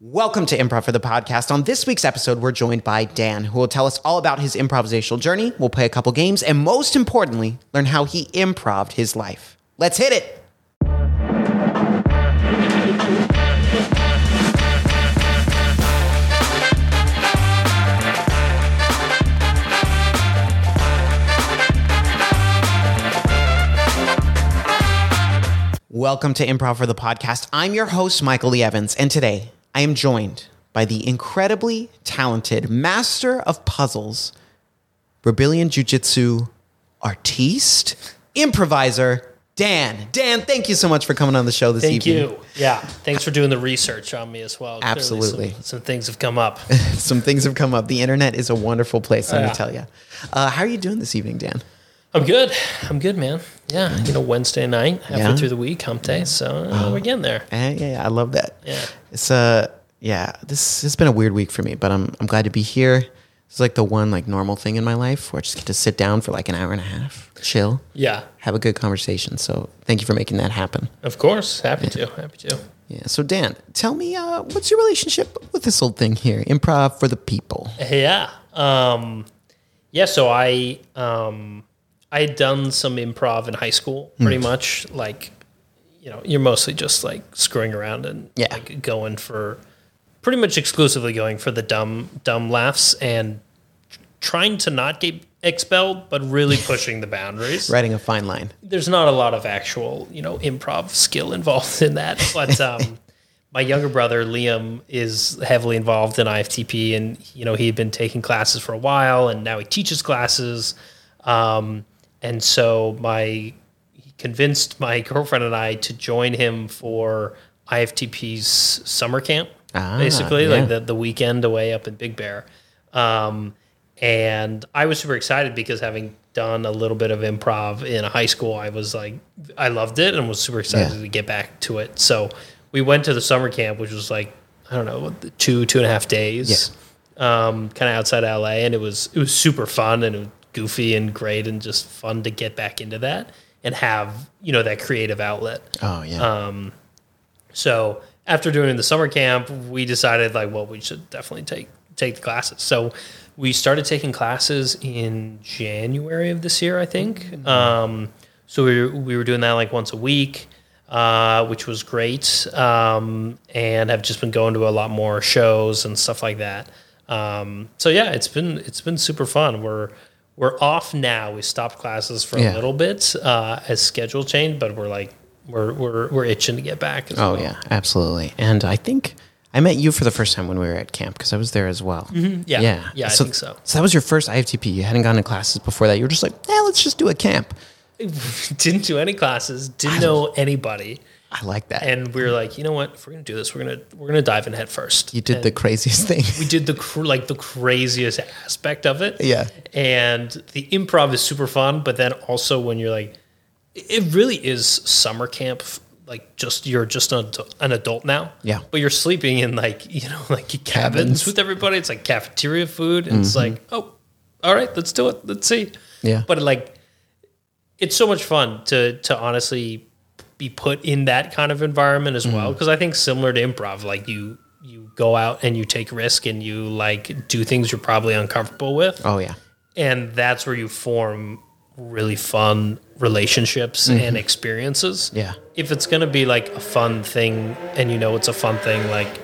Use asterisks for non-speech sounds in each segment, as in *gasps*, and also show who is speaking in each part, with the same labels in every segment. Speaker 1: Welcome to Improv for the Podcast. On this week's episode, we're joined by Dan, who will tell us all about his improvisational journey. We'll play a couple games and, most importantly, learn how he improved his life. Let's hit it. Welcome to Improv for the Podcast. I'm your host, Michael Lee Evans, and today I am joined by the incredibly talented master of puzzles, Brazilian Jiu Jitsu artiste, improviser, Dan. Dan, thank you so much for coming on the show this
Speaker 2: Thank
Speaker 1: evening.
Speaker 2: you. Yeah. Thanks for doing the research on me as well. Clearly some-
Speaker 1: Absolutely.
Speaker 2: Some, things have come up.
Speaker 1: Some things have come up. The internet is a wonderful place, let
Speaker 2: Yeah.
Speaker 1: me tell you. Uh, how are you doing this evening, Dan?
Speaker 2: I'm good. I'm good, man. Yeah. You know, Wednesday night, halfway
Speaker 1: Yeah.
Speaker 2: through the week, hump day. So uh, we're getting there.
Speaker 1: Eh, yeah, yeah, I love that.
Speaker 2: Yeah.
Speaker 1: It's uh yeah, this has been a weird week for me, but I'm I'm glad to be here. It's like the one like normal thing in my life where I just get to sit down for like an hour and a half, chill,
Speaker 2: Yeah.
Speaker 1: have a good conversation. So thank you for making that happen.
Speaker 2: Of course. Happy to. Happy to.
Speaker 1: Yeah. So Dan, tell me, uh, what's your relationship with this old thing here? Improv for the people.
Speaker 2: Yeah. Um, yeah. So I um, I had done some improv in high school, pretty much. Like, you know, you're mostly just like screwing around and
Speaker 1: Yeah.
Speaker 2: like going for, pretty much exclusively going for the dumb dumb laughs and trying to not get expelled, but really pushing the boundaries
Speaker 1: Writing a fine line.
Speaker 2: there's not a lot of actual you know improv skill involved in that but
Speaker 1: *laughs*
Speaker 2: um my younger brother liam is heavily involved in iftp and you know he had been taking classes for a while and now he teaches classes um and so my he convinced my girlfriend and i to join him for iftp's summer camp
Speaker 1: Ah,
Speaker 2: basically like
Speaker 1: yeah.
Speaker 2: the, the weekend away up in big bear um, and I was super excited because having done a little bit of improv in high school, I was like, I loved it and was super excited
Speaker 1: Yeah.
Speaker 2: to get back to it. So we went to the summer camp, which was like, I don't know, two, two and a half days, um, kind of outside LA. And it was, it was super fun and it was goofy and great and just fun to get back into that and have, you know, that creative outlet.
Speaker 1: Oh
Speaker 2: Uh,
Speaker 1: yeah.
Speaker 2: So after doing the summer camp, we decided like, well, we should definitely take take the classes. So we started taking classes in January of this year, I think. Um, so we were, we were doing that like once a week, uh, which was great, um, and have just been going to a lot more shows and stuff like that. Um, so yeah, it's been it's been super fun. We're we're off now. We stopped classes for
Speaker 1: Yeah.
Speaker 2: a little bit uh, as schedule changed, but we're like we're we're we're itching to get back. as
Speaker 1: oh
Speaker 2: well.
Speaker 1: yeah. Absolutely. And I think I met you for the first time when we were at camp because I was there as well.
Speaker 2: Mm-hmm. Yeah.
Speaker 1: hmm, Yeah.
Speaker 2: Yeah. I think so. *laughs*
Speaker 1: So that was your first IFTP. You hadn't gone to classes before that. You were just like, yeah, let's just do a camp.
Speaker 2: Didn't do any classes, didn't know anybody.
Speaker 1: I like that.
Speaker 2: And we were like, you know what? If we're gonna do this, we're gonna we're gonna dive in head first.
Speaker 1: you did the craziest *laughs* thing.
Speaker 2: we did the cr- like the craziest aspect of it.
Speaker 1: Yeah.
Speaker 2: And the improv is super fun, but then also when you're like, it really is summer camp. f- Like just you're just an, ad- an adult now.
Speaker 1: Yeah.
Speaker 2: But you're sleeping in like *laughs* you know like cabins,
Speaker 1: Cabins. Mm-hmm.
Speaker 2: with everybody. It's like cafeteria food. And It's like oh, all right, let's do it. Let's see.
Speaker 1: Yeah.
Speaker 2: But like, it's so much fun to to honestly be put in that kind of environment as well because i think similar to improv like you you go out and you take risk and you like do things you're probably uncomfortable with
Speaker 1: oh yeah.
Speaker 2: and that's where you form really fun relationships and experiences
Speaker 1: Mm-hmm. Yeah.
Speaker 2: if it's going to be like a fun thing and you know it's a fun thing like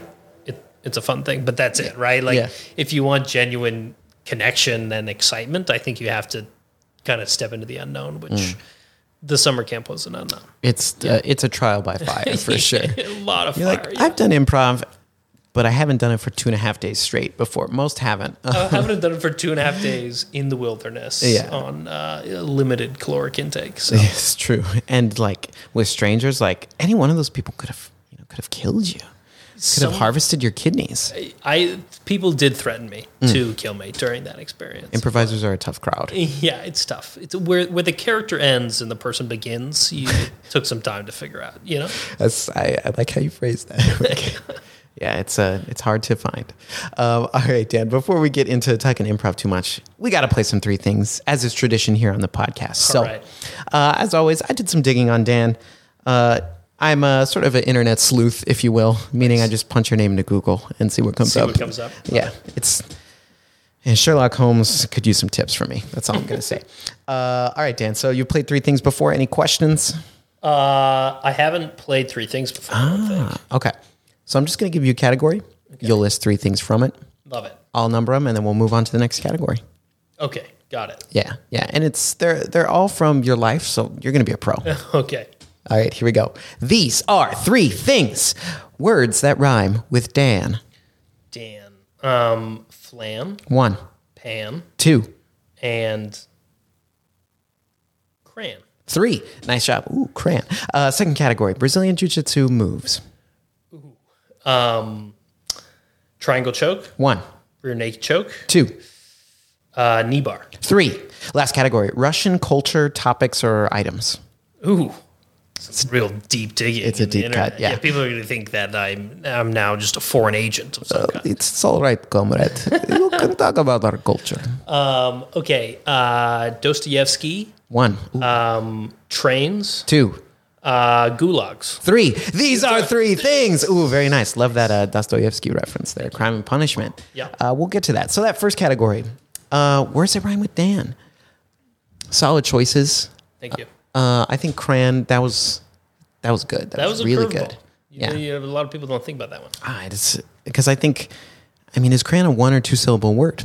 Speaker 2: it, it's a fun thing but that's it right like
Speaker 1: Yeah.
Speaker 2: if you want genuine connection and excitement i think you have to kind of step into the unknown which
Speaker 1: Mm.
Speaker 2: the summer camp was an unknown
Speaker 1: It's uh, it's a trial by
Speaker 2: *laughs*
Speaker 1: fire for sure.
Speaker 2: a lot of
Speaker 1: You're
Speaker 2: fire
Speaker 1: like,
Speaker 2: yeah.
Speaker 1: I've done improv, but I haven't done it for two and a half days straight before. Most haven't. *laughs*
Speaker 2: I haven't done it for two and a half days in the wilderness
Speaker 1: Yeah.
Speaker 2: on uh, limited caloric intake. So
Speaker 1: it's true. And like with strangers, like any one of those people could have you know could have killed you. Could have
Speaker 2: Some-
Speaker 1: harvested your kidneys.
Speaker 2: I people did threaten me to kill me during that experience.
Speaker 1: Improvisers are a tough crowd.
Speaker 2: yeah, it's tough. It's where where the character ends and the person begins. You took some time to figure out. You know,
Speaker 1: That's I, I like how you phrase that. *laughs* Okay. yeah, it's uh, it's hard to find. Um, all right, Dan. Before we get into talking improv too much, we got to play some three things as is tradition here on the podcast. so,
Speaker 2: right.
Speaker 1: uh, as always, I did some digging on Dan. Uh, I'm a sort of an internet sleuth, if you will, meaning I just punch your name into Google and see what comes
Speaker 2: See
Speaker 1: up.
Speaker 2: what comes up.
Speaker 1: Yeah, it's. And Sherlock Holmes could use some tips from me. That's all I'm going to *laughs* say. Uh, all right, Dan. So you played three things before. Any questions?
Speaker 2: Uh, I haven't played three things before. I don't think.
Speaker 1: Ah, Okay. So I'm just going to give you a category. You'll list three things from it.
Speaker 2: Love it.
Speaker 1: I'll number them, and then we'll move on to the next category.
Speaker 2: Okay, got it.
Speaker 1: Yeah, yeah. And it's they're they're all from your life, so you're going to be a pro.
Speaker 2: Okay.
Speaker 1: All right, here we go. These are three things. Words that rhyme with Dan.
Speaker 2: Dan. Um, flam,
Speaker 1: One,
Speaker 2: Pam,
Speaker 1: two,
Speaker 2: and Cran.
Speaker 1: three. Nice job. Ooh, crayon. Uh, second category Brazilian Jiu Jitsu moves.
Speaker 2: Um, triangle choke,
Speaker 1: One,
Speaker 2: rear naked choke,
Speaker 1: two,
Speaker 2: uh, knee bar.
Speaker 1: three. Last category Russian culture topics or items.
Speaker 2: Ooh. It's real deep digging. It's
Speaker 1: a deep cut, yeah.
Speaker 2: people are going to think that I'm I'm now just a foreign agent of some kind.
Speaker 1: It's, it's all right, comrade. *laughs* you can talk about our culture.
Speaker 2: Um, okay, uh, Dostoevsky,
Speaker 1: One, ooh,
Speaker 2: um, trains,
Speaker 1: two,
Speaker 2: uh, gulags.
Speaker 1: three. These are three things. Ooh, very nice. Love that uh, Dostoevsky reference there. Crime and punishment.
Speaker 2: Yeah.
Speaker 1: Uh, we'll get to that. So that first category, uh, where's it rhyme with Dan? Solid choices.
Speaker 2: Thank you.
Speaker 1: Uh, I think Cran. That was that was good. That,
Speaker 2: That
Speaker 1: was,
Speaker 2: was a
Speaker 1: really
Speaker 2: curveball.
Speaker 1: good.
Speaker 2: You know,
Speaker 1: Yeah.
Speaker 2: you have- a lot of people don't think about that one.
Speaker 1: Ah, it's because I think, I mean, is Cran a one or two syllable word?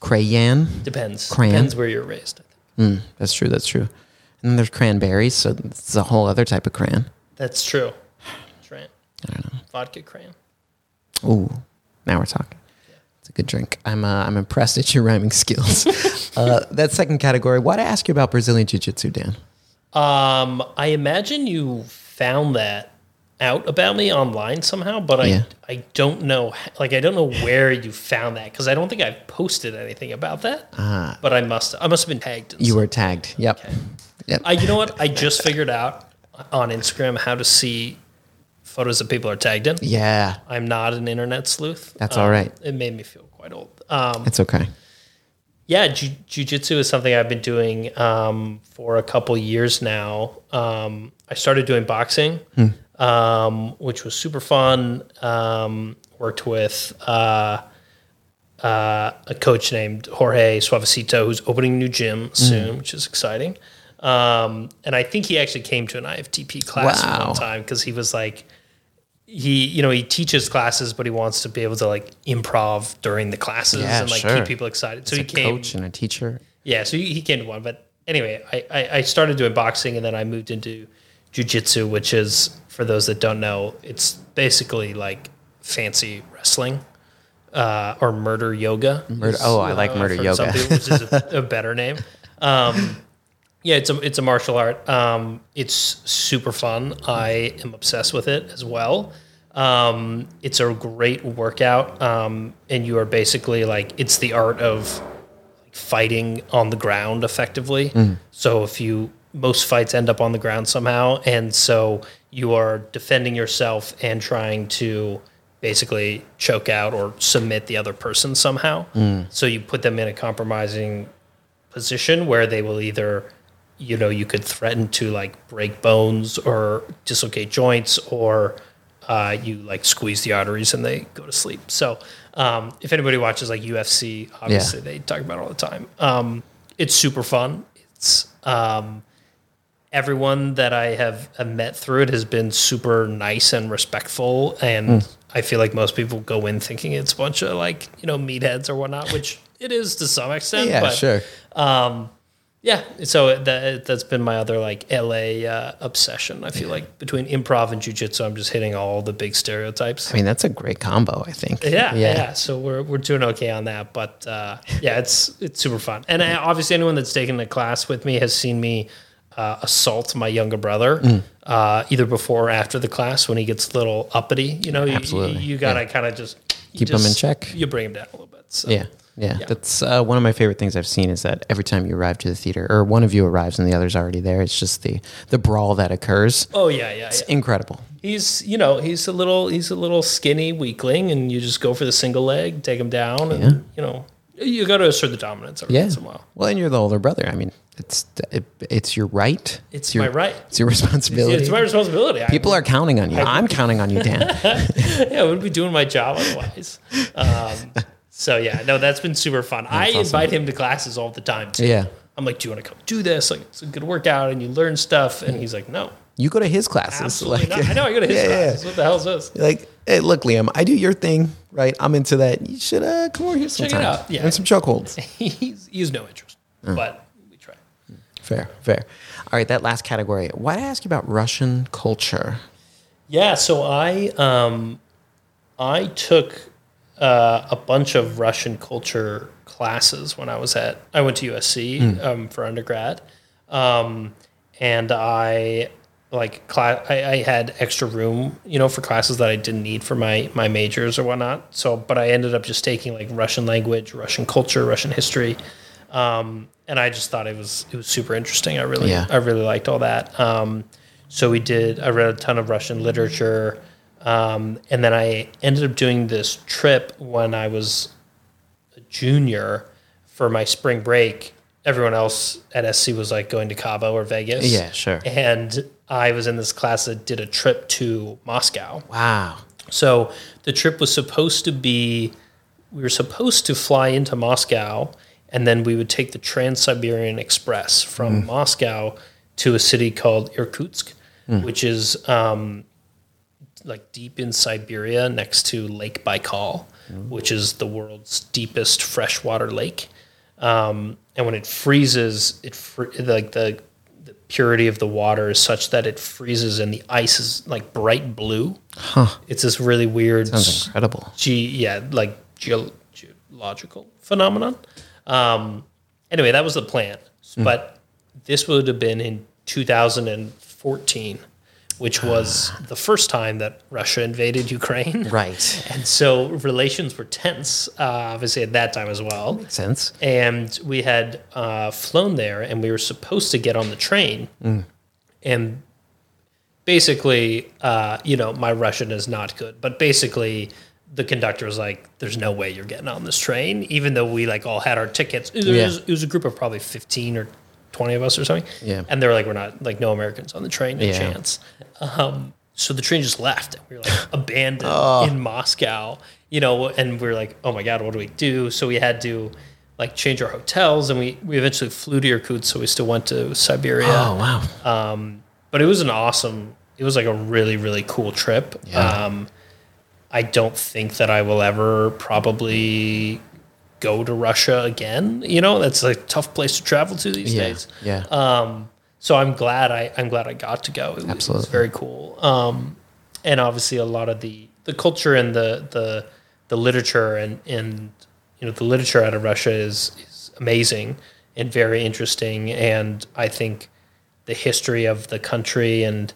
Speaker 1: Crayon.
Speaker 2: Depends.
Speaker 1: Crayon.
Speaker 2: Depends where you're raised.
Speaker 1: Mm, that's true. That's true. And then there's cranberries, so it's a whole other type of crayon.
Speaker 2: That's true. Tran. I don't know. Vodka crayon.
Speaker 1: Ooh, now we're talking. It's a good drink. I'm uh, I'm impressed at your rhyming skills. uh, that second category. Why to ask you about Brazilian Jiu Jitsu, Dan?
Speaker 2: Um, I imagine you found that out about me online somehow, but I
Speaker 1: Yeah.
Speaker 2: I don't know like I don't know where you found that because I don't think I've posted anything about that. Uh, but I must I must have been tagged. in
Speaker 1: Ah. You were tagged. Yep. Yep.
Speaker 2: I, you know what? I just figured out on Instagram how to see photos that people are tagged in.
Speaker 1: yeah.
Speaker 2: I'm not an internet sleuth.
Speaker 1: That's
Speaker 2: Um,
Speaker 1: all right.
Speaker 2: It made me feel quite old. Um,
Speaker 1: It's okay.
Speaker 2: yeah, ju- jujitsu is something I've been doing um, for a couple years now. Um, I started doing boxing,
Speaker 1: Hmm.
Speaker 2: um, which was super fun. Um, worked with uh, uh, a coach named Jorge Suavecito, who's opening a new gym
Speaker 1: Hmm.
Speaker 2: soon, which is exciting. Um, and I think he actually came to an IFTP class
Speaker 1: Wow.
Speaker 2: one time because he was like, he you know he teaches classes, but he wants to be able to like improv during the classes
Speaker 1: Yeah,
Speaker 2: and like
Speaker 1: sure.
Speaker 2: keep people excited. So
Speaker 1: It's
Speaker 2: he
Speaker 1: a
Speaker 2: came,
Speaker 1: coach and a teacher.
Speaker 2: yeah. So he he came to one, but anyway, I, I I started doing boxing and then I moved into jujitsu, which is for those that don't know, it's basically like fancy wrestling uh, or murder yoga. Uh,
Speaker 1: Murder- oh, I like murder
Speaker 2: for Some
Speaker 1: yoga.
Speaker 2: people, which is a, a better name. Um, yeah, it's a it's a martial art. Um, it's super fun. I am obsessed with it as well. Um, it's a great workout, um, and you are basically like it's the art of like, fighting on the ground effectively. So if you most fights end up on the ground somehow, and so you are defending yourself and trying to basically choke out or submit the other person somehow. So you put them in a compromising position where they will either you know you could threaten to like break bones or dislocate joints or uh, you like squeeze the arteries and they go to sleep so um, if anybody watches like ufc obviously they talk about it all the time um, it's super fun it's um, everyone that i have have met through it has been super nice and respectful and
Speaker 1: Hmm.
Speaker 2: i feel like most people go in thinking it's a bunch of like you know meatheads or whatnot which it is to some extent
Speaker 1: *laughs* Yeah,
Speaker 2: but
Speaker 1: sure.
Speaker 2: yeah, so that that's been my other like LA uh, obsession. I feel like between improv and jujitsu, I'm just hitting all the big
Speaker 1: *laughs*
Speaker 2: stereotypes.
Speaker 1: I mean, that's a great combo. I think.
Speaker 2: Yeah, yeah, So we're we're doing okay on that, but uh, yeah, it's it's super fun. And I, obviously, anyone that's taken the class with me has seen me uh, assault my younger brother
Speaker 1: Mm.
Speaker 2: uh, either before or after the class when he gets a little uppity. You know, you-
Speaker 1: Absolutely,
Speaker 2: you, you gotta kind of just you
Speaker 1: Keep 'em in
Speaker 2: just-
Speaker 1: check.
Speaker 2: You bring him down a little bit. So.
Speaker 1: Yeah. Yeah,
Speaker 2: Yeah.
Speaker 1: that's uh, one of my favorite things I've seen is that every time you arrive to the theater, or one of you arrives and the other's already there, it's just the the brawl that occurs.
Speaker 2: Oh yeah, yeah, yeah.
Speaker 1: It's incredible.
Speaker 2: he's you know he's a little he's a little skinny weakling and you just go for the single leg take him down and you know you got to assert the dominance every
Speaker 1: Yeah.
Speaker 2: once in a while
Speaker 1: Well, and you're the older brother. I mean, It's it, it's your right.
Speaker 2: It's
Speaker 1: your,
Speaker 2: my right.
Speaker 1: It's your responsibility.
Speaker 2: It's my responsibility. I
Speaker 1: People are counting on you. I'm counting on you,
Speaker 2: *laughs*
Speaker 1: Dan.
Speaker 2: yeah, *laughs* I wouldn't be doing my job otherwise.
Speaker 1: *laughs*
Speaker 2: Um, so yeah, no, that's been super fun. I
Speaker 1: awesome.
Speaker 2: invite him to classes all the time too.
Speaker 1: Yeah.
Speaker 2: I'm like, do you want to come do this? Like, it's a good workout, and you learn stuff. And he's like, no,
Speaker 1: You go to his classes.
Speaker 2: absolutely
Speaker 1: like, *laughs*
Speaker 2: not. I know I go to his
Speaker 1: Yeah, yeah.
Speaker 2: classes. What the hell is this?
Speaker 1: *laughs*
Speaker 2: *laughs*
Speaker 1: Like, hey, look, Liam, I do your thing, right? I'm into that. You should uh, come over here
Speaker 2: Check it
Speaker 1: sometime.
Speaker 2: out. Yeah.
Speaker 1: And some chokeholds.
Speaker 2: he's he's no interest,
Speaker 1: Mm.
Speaker 2: but we try.
Speaker 1: fair, fair. All right, that last category. Why did I ask you about Russian culture?
Speaker 2: Yeah, so I um, I took uh, a bunch of Russian culture classes when I was at I went to USC um, for undergrad, um, and I like cla- I, I had extra room you know for classes that I didn't need for my my majors or whatnot. So, but I ended up just taking like Russian language, Russian culture, Russian history, um, and I just thought it was it was super interesting. I really
Speaker 1: Yeah.
Speaker 2: I really liked all that. Um, so we did. I read a ton of Russian literature, um, and then I ended up doing this trip when I was a junior for my spring break. Everyone else at SC was like going to Cabo or Vegas.
Speaker 1: Yeah, sure.
Speaker 2: And I was in this class that did a trip to Moscow.
Speaker 1: Wow.
Speaker 2: So the trip was supposed to be, we were supposed to fly into Moscow, and then we would take the Trans Siberian Express from
Speaker 1: Mm.
Speaker 2: Moscow to a city called Irkutsk,
Speaker 1: Mm.
Speaker 2: which is um, like deep in Siberia next to Lake Baikal, which is the world's deepest freshwater lake. Um, and when it freezes, it fr- like the the purity of the water is such that it freezes and the ice is like bright blue. It's this really weird,
Speaker 1: Sounds incredible.
Speaker 2: ge- yeah, like geo geological phenomenon. Um, anyway, that was the plan, but this would have been in 2014, which was the first time that Russia invaded Ukraine.
Speaker 1: Right.
Speaker 2: And so relations were tense, uh, obviously, at that time as well
Speaker 1: Makes sense.
Speaker 2: and we had uh, flown there and we were supposed to get on the train
Speaker 1: Mm.
Speaker 2: and basically uh, you know my russian is not good but basically the conductor was like there's no way you're getting on this train even though we like all had our tickets it was,
Speaker 1: Yeah.
Speaker 2: it was a group of probably 15 or 20 of us or something
Speaker 1: Yeah.
Speaker 2: and they were like we're not like no americans on the train no
Speaker 1: Yeah.
Speaker 2: chance um, so the train just left we were like
Speaker 1: *laughs*
Speaker 2: abandoned in moscow you know and we were like oh my god what do we do so we had to like change our hotels and we, we eventually flew to Irkutsk so we still went to Siberia
Speaker 1: Oh, wow.
Speaker 2: but it was an awesome it was like a really really cool trip
Speaker 1: Yeah.
Speaker 2: um i don't think that i will ever probably go to russia again you know that's a tough place to travel to these
Speaker 1: yeah.
Speaker 2: days
Speaker 1: Yeah.
Speaker 2: so i'm glad i i'm glad i got to go it was, it was
Speaker 1: Absolutely.
Speaker 2: very cool um and obviously a lot of the the culture and the the the literature and and you know the literature out of russia is is amazing and very interesting and i think the history of the country and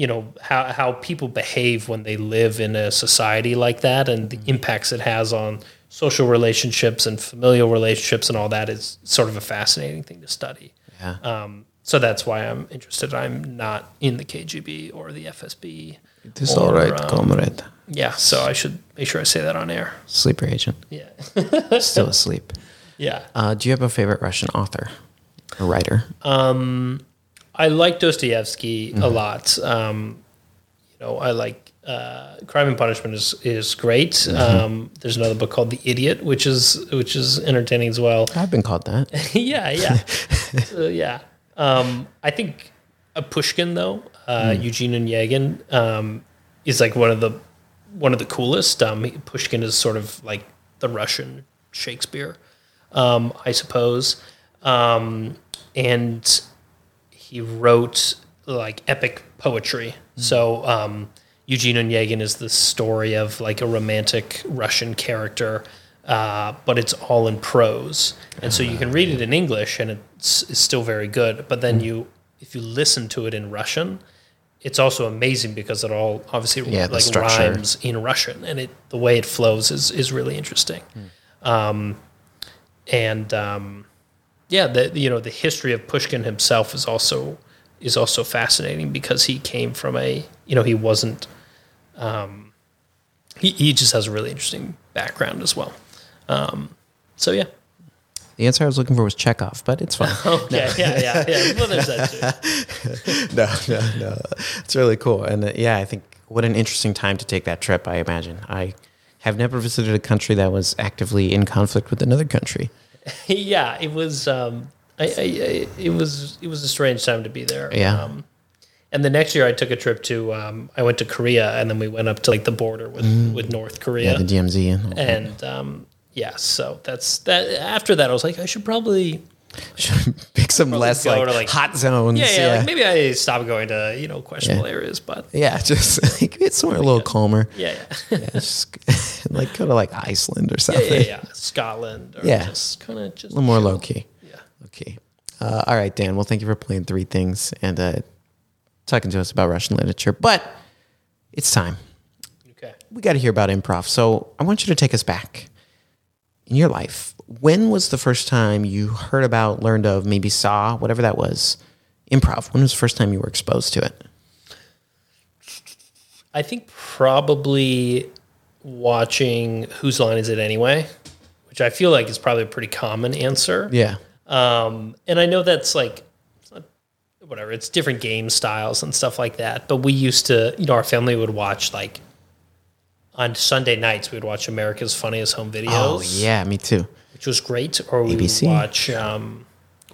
Speaker 2: you know how how people behave when they live in a society like that and the impacts it has on social relationships and familial relationships and all that is sort of a fascinating thing to study.
Speaker 1: Yeah.
Speaker 2: Um, so that's why I'm interested. I'm not in the KGB or the FSB.
Speaker 1: it is
Speaker 2: or,
Speaker 1: all right,
Speaker 2: um,
Speaker 1: comrade.
Speaker 2: Yeah, so I should make sure I say that on air.
Speaker 1: Sleeper
Speaker 2: *laughs*
Speaker 1: agent.
Speaker 2: Yeah,
Speaker 1: Still asleep.
Speaker 2: yeah.
Speaker 1: Uh, do you have a favorite Russian author or writer?
Speaker 2: Um, I like Dostoevsky a lot. Um, you know, I like uh, Crime and Punishment is is great. Um, there's another book called The Idiot, which is which is entertaining as well.
Speaker 1: I've been called that.
Speaker 2: *laughs* yeah, yeah, So, yeah. Um, I think a Pushkin though, uh, Eugene and Yagin, um, is like one of the one of the coolest. Um, Pushkin is sort of like the Russian Shakespeare, um, I suppose, um, and he wrote like epic poetry.
Speaker 1: Hmm.
Speaker 2: So um, Eugene Onegin is the story of like a romantic Russian character, uh, but it's all in prose, and so you
Speaker 1: Ah,
Speaker 2: can read it in English, and it's, it's still very good. But
Speaker 1: Hmm.
Speaker 2: then you, if you listen to it in Russian, it's also amazing because it all obviously
Speaker 1: Yeah, the
Speaker 2: like
Speaker 1: structure.
Speaker 2: rhymes in Russian, and it the way it flows is is really interesting.
Speaker 1: Hmm.
Speaker 2: Um, and um, yeah, the you know the history of Pushkin himself is also is also fascinating because he came from a you know he wasn't um, he he just has a really interesting background as well. Um, so yeah,
Speaker 1: The The answer I was looking for was Chekhov, but *laughs* it's fine.
Speaker 2: Okay, yeah, yeah, *laughs* yeah. Well, there's that too.
Speaker 1: no, no, no. It's really cool. And uh, yeah, I think what an interesting time to take that trip, I imagine. I have never visited a country that was actively in conflict with another country.
Speaker 2: yeah, it was. Um, I, I, I, it was it was a strange time to be there.
Speaker 1: Yeah.
Speaker 2: Um, and the next year, I took a trip to. Um, I went to Korea, and then we went up to like the border with with North Korea.
Speaker 1: The DMZ and all
Speaker 2: *laughs*
Speaker 1: that.
Speaker 2: and um, yeah, so that's that. After that, I was like, I should probably.
Speaker 1: pick some less
Speaker 2: go
Speaker 1: like,
Speaker 2: to, like-
Speaker 1: hot zones.
Speaker 2: Yeah, yeah.
Speaker 1: Yeah,
Speaker 2: Like maybe I stop going to you know questionable areas, but
Speaker 1: Yeah, *laughs* just like it's somewhere a little
Speaker 2: *laughs*
Speaker 1: calmer.
Speaker 2: yeah, yeah,
Speaker 1: Yeah, just, *laughs* like go to like Iceland or something.
Speaker 2: yeah, yeah. Scotland. Or
Speaker 1: Yeah.
Speaker 2: just kind of just
Speaker 1: A little more low key.
Speaker 2: Yeah.
Speaker 1: Okay. Uh, all right, Dan. Well, thank you for playing three things and uh, talking to us about Russian literature. But it's time.
Speaker 2: Okay.
Speaker 1: We got to hear about improv. So I want you to take us back in your life. When was the first time you heard about, learned of, maybe saw, whatever that was, improv? When was the first time you were exposed to it?
Speaker 2: I think probably watching Whose Line Is It Anyway, which I feel like is probably a pretty common answer.
Speaker 1: Yeah.
Speaker 2: Um, and I know that's like, it's not- whatever, it's different game styles and stuff like that. But we used to, you know, our family would watch like on Sunday nights, we would watch America's Funniest Home Videos,
Speaker 1: Oh, yeah, me too.
Speaker 2: which was great. Or we would
Speaker 1: ABC.
Speaker 2: watch, um,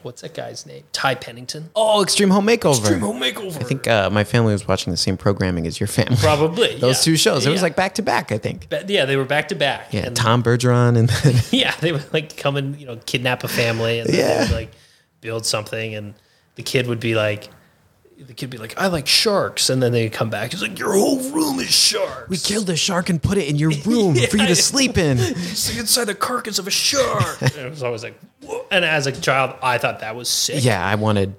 Speaker 2: what's that guy's name? Ty Pennington.
Speaker 1: Oh, Extreme Home Makeover.
Speaker 2: Home Makeover.
Speaker 1: I think uh, my family was watching the same programming as your family.
Speaker 2: probably.
Speaker 1: Those
Speaker 2: yeah.
Speaker 1: two shows. It was
Speaker 2: Yeah.
Speaker 1: like back to back, I think.
Speaker 2: But yeah, they were back to back.
Speaker 1: Yeah,
Speaker 2: And
Speaker 1: Tom Bergeron and *laughs* then
Speaker 2: *laughs* yeah, they would like come and you know kidnap a family and then
Speaker 1: Yeah.
Speaker 2: they would, like build something, and the kid would be like, the kid would be like, I like sharks, and then they come back. He's like, your whole room is sharks.
Speaker 1: we killed a shark and put it in *laughs* your room for you to sleep in.
Speaker 2: It's inside the carcass of
Speaker 1: *laughs*
Speaker 2: a shark. and it was always like, Whoa. and as a child, I thought that was sick.
Speaker 1: Yeah, I wanted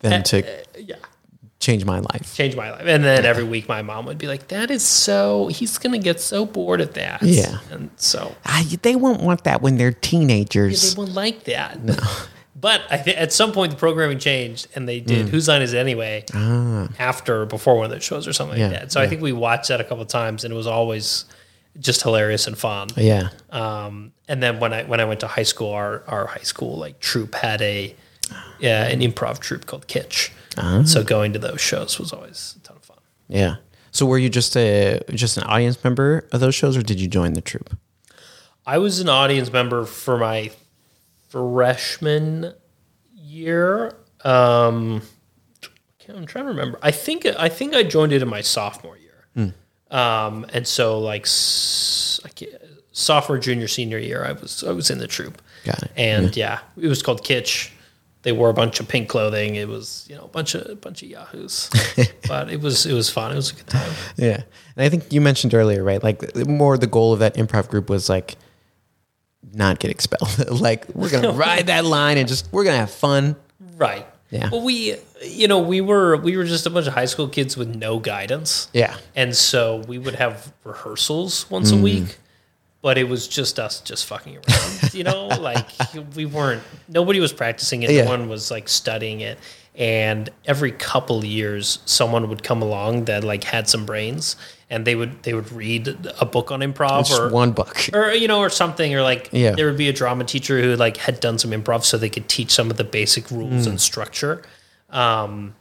Speaker 1: them to
Speaker 2: yeah.
Speaker 1: change my life.
Speaker 2: Changed my life, and then every week my mom would be like, "That is so. He's gonna get so bored of that."
Speaker 1: Yeah.
Speaker 2: and so
Speaker 1: I, they won't want that when they're
Speaker 2: they
Speaker 1: teenagers.
Speaker 2: won't like that. No. *laughs* But I th- at some point the programming changed and they
Speaker 1: Mm.
Speaker 2: did Whose Line Is It Anyway after or before one of their shows or something
Speaker 1: Ah. Yeah,
Speaker 2: like that. So I think we watched that a couple of times and it was always just hilarious and fun.
Speaker 1: yeah.
Speaker 2: Um, and then when I when I went to high school, our our high school like troupe had a yeah an improv troupe called Kitsch.
Speaker 1: Ah.
Speaker 2: So going to those shows was always a ton of fun.
Speaker 1: Yeah. So were you just a just an audience member of those shows or did you join the troupe?
Speaker 2: I was an audience member for my freshman year. Um, can't- I'm trying to remember. I think I think I joined it in my sophomore year.
Speaker 1: Hmm.
Speaker 2: Um, and so like s- I can't- sophomore, junior, senior year, I was I was in the troop.
Speaker 1: Got it.
Speaker 2: And yeah. it was called Kitsch. They wore a bunch of pink clothing. It was you know a bunch of a bunch of
Speaker 1: *laughs*
Speaker 2: yahoos, but it was it was fun. It was a good time.
Speaker 1: Yeah. And I think you mentioned earlier, right? Like more the goal of that improv group was like not get expelled. *laughs* like we're gonna ride that line and just we're gonna have fun.
Speaker 2: Right.
Speaker 1: Yeah.
Speaker 2: Well, we, you know, we were we were just a bunch of high school kids with no guidance.
Speaker 1: Yeah.
Speaker 2: And so we would have rehearsals once
Speaker 1: Mm.
Speaker 2: a week, but it was just us just fucking around. *laughs* You know, like we weren't. Nobody was practicing it.
Speaker 1: Yeah.
Speaker 2: No one was like studying it. And every couple years, someone would come along that like had some brains, and they would they would read a book on improv
Speaker 1: Just
Speaker 2: or
Speaker 1: one book.
Speaker 2: or you know, or something, or like
Speaker 1: Yeah.
Speaker 2: there would be a drama teacher who like had done some improv, so they could teach some of the basic rules
Speaker 1: Mm.
Speaker 2: and structure. Um,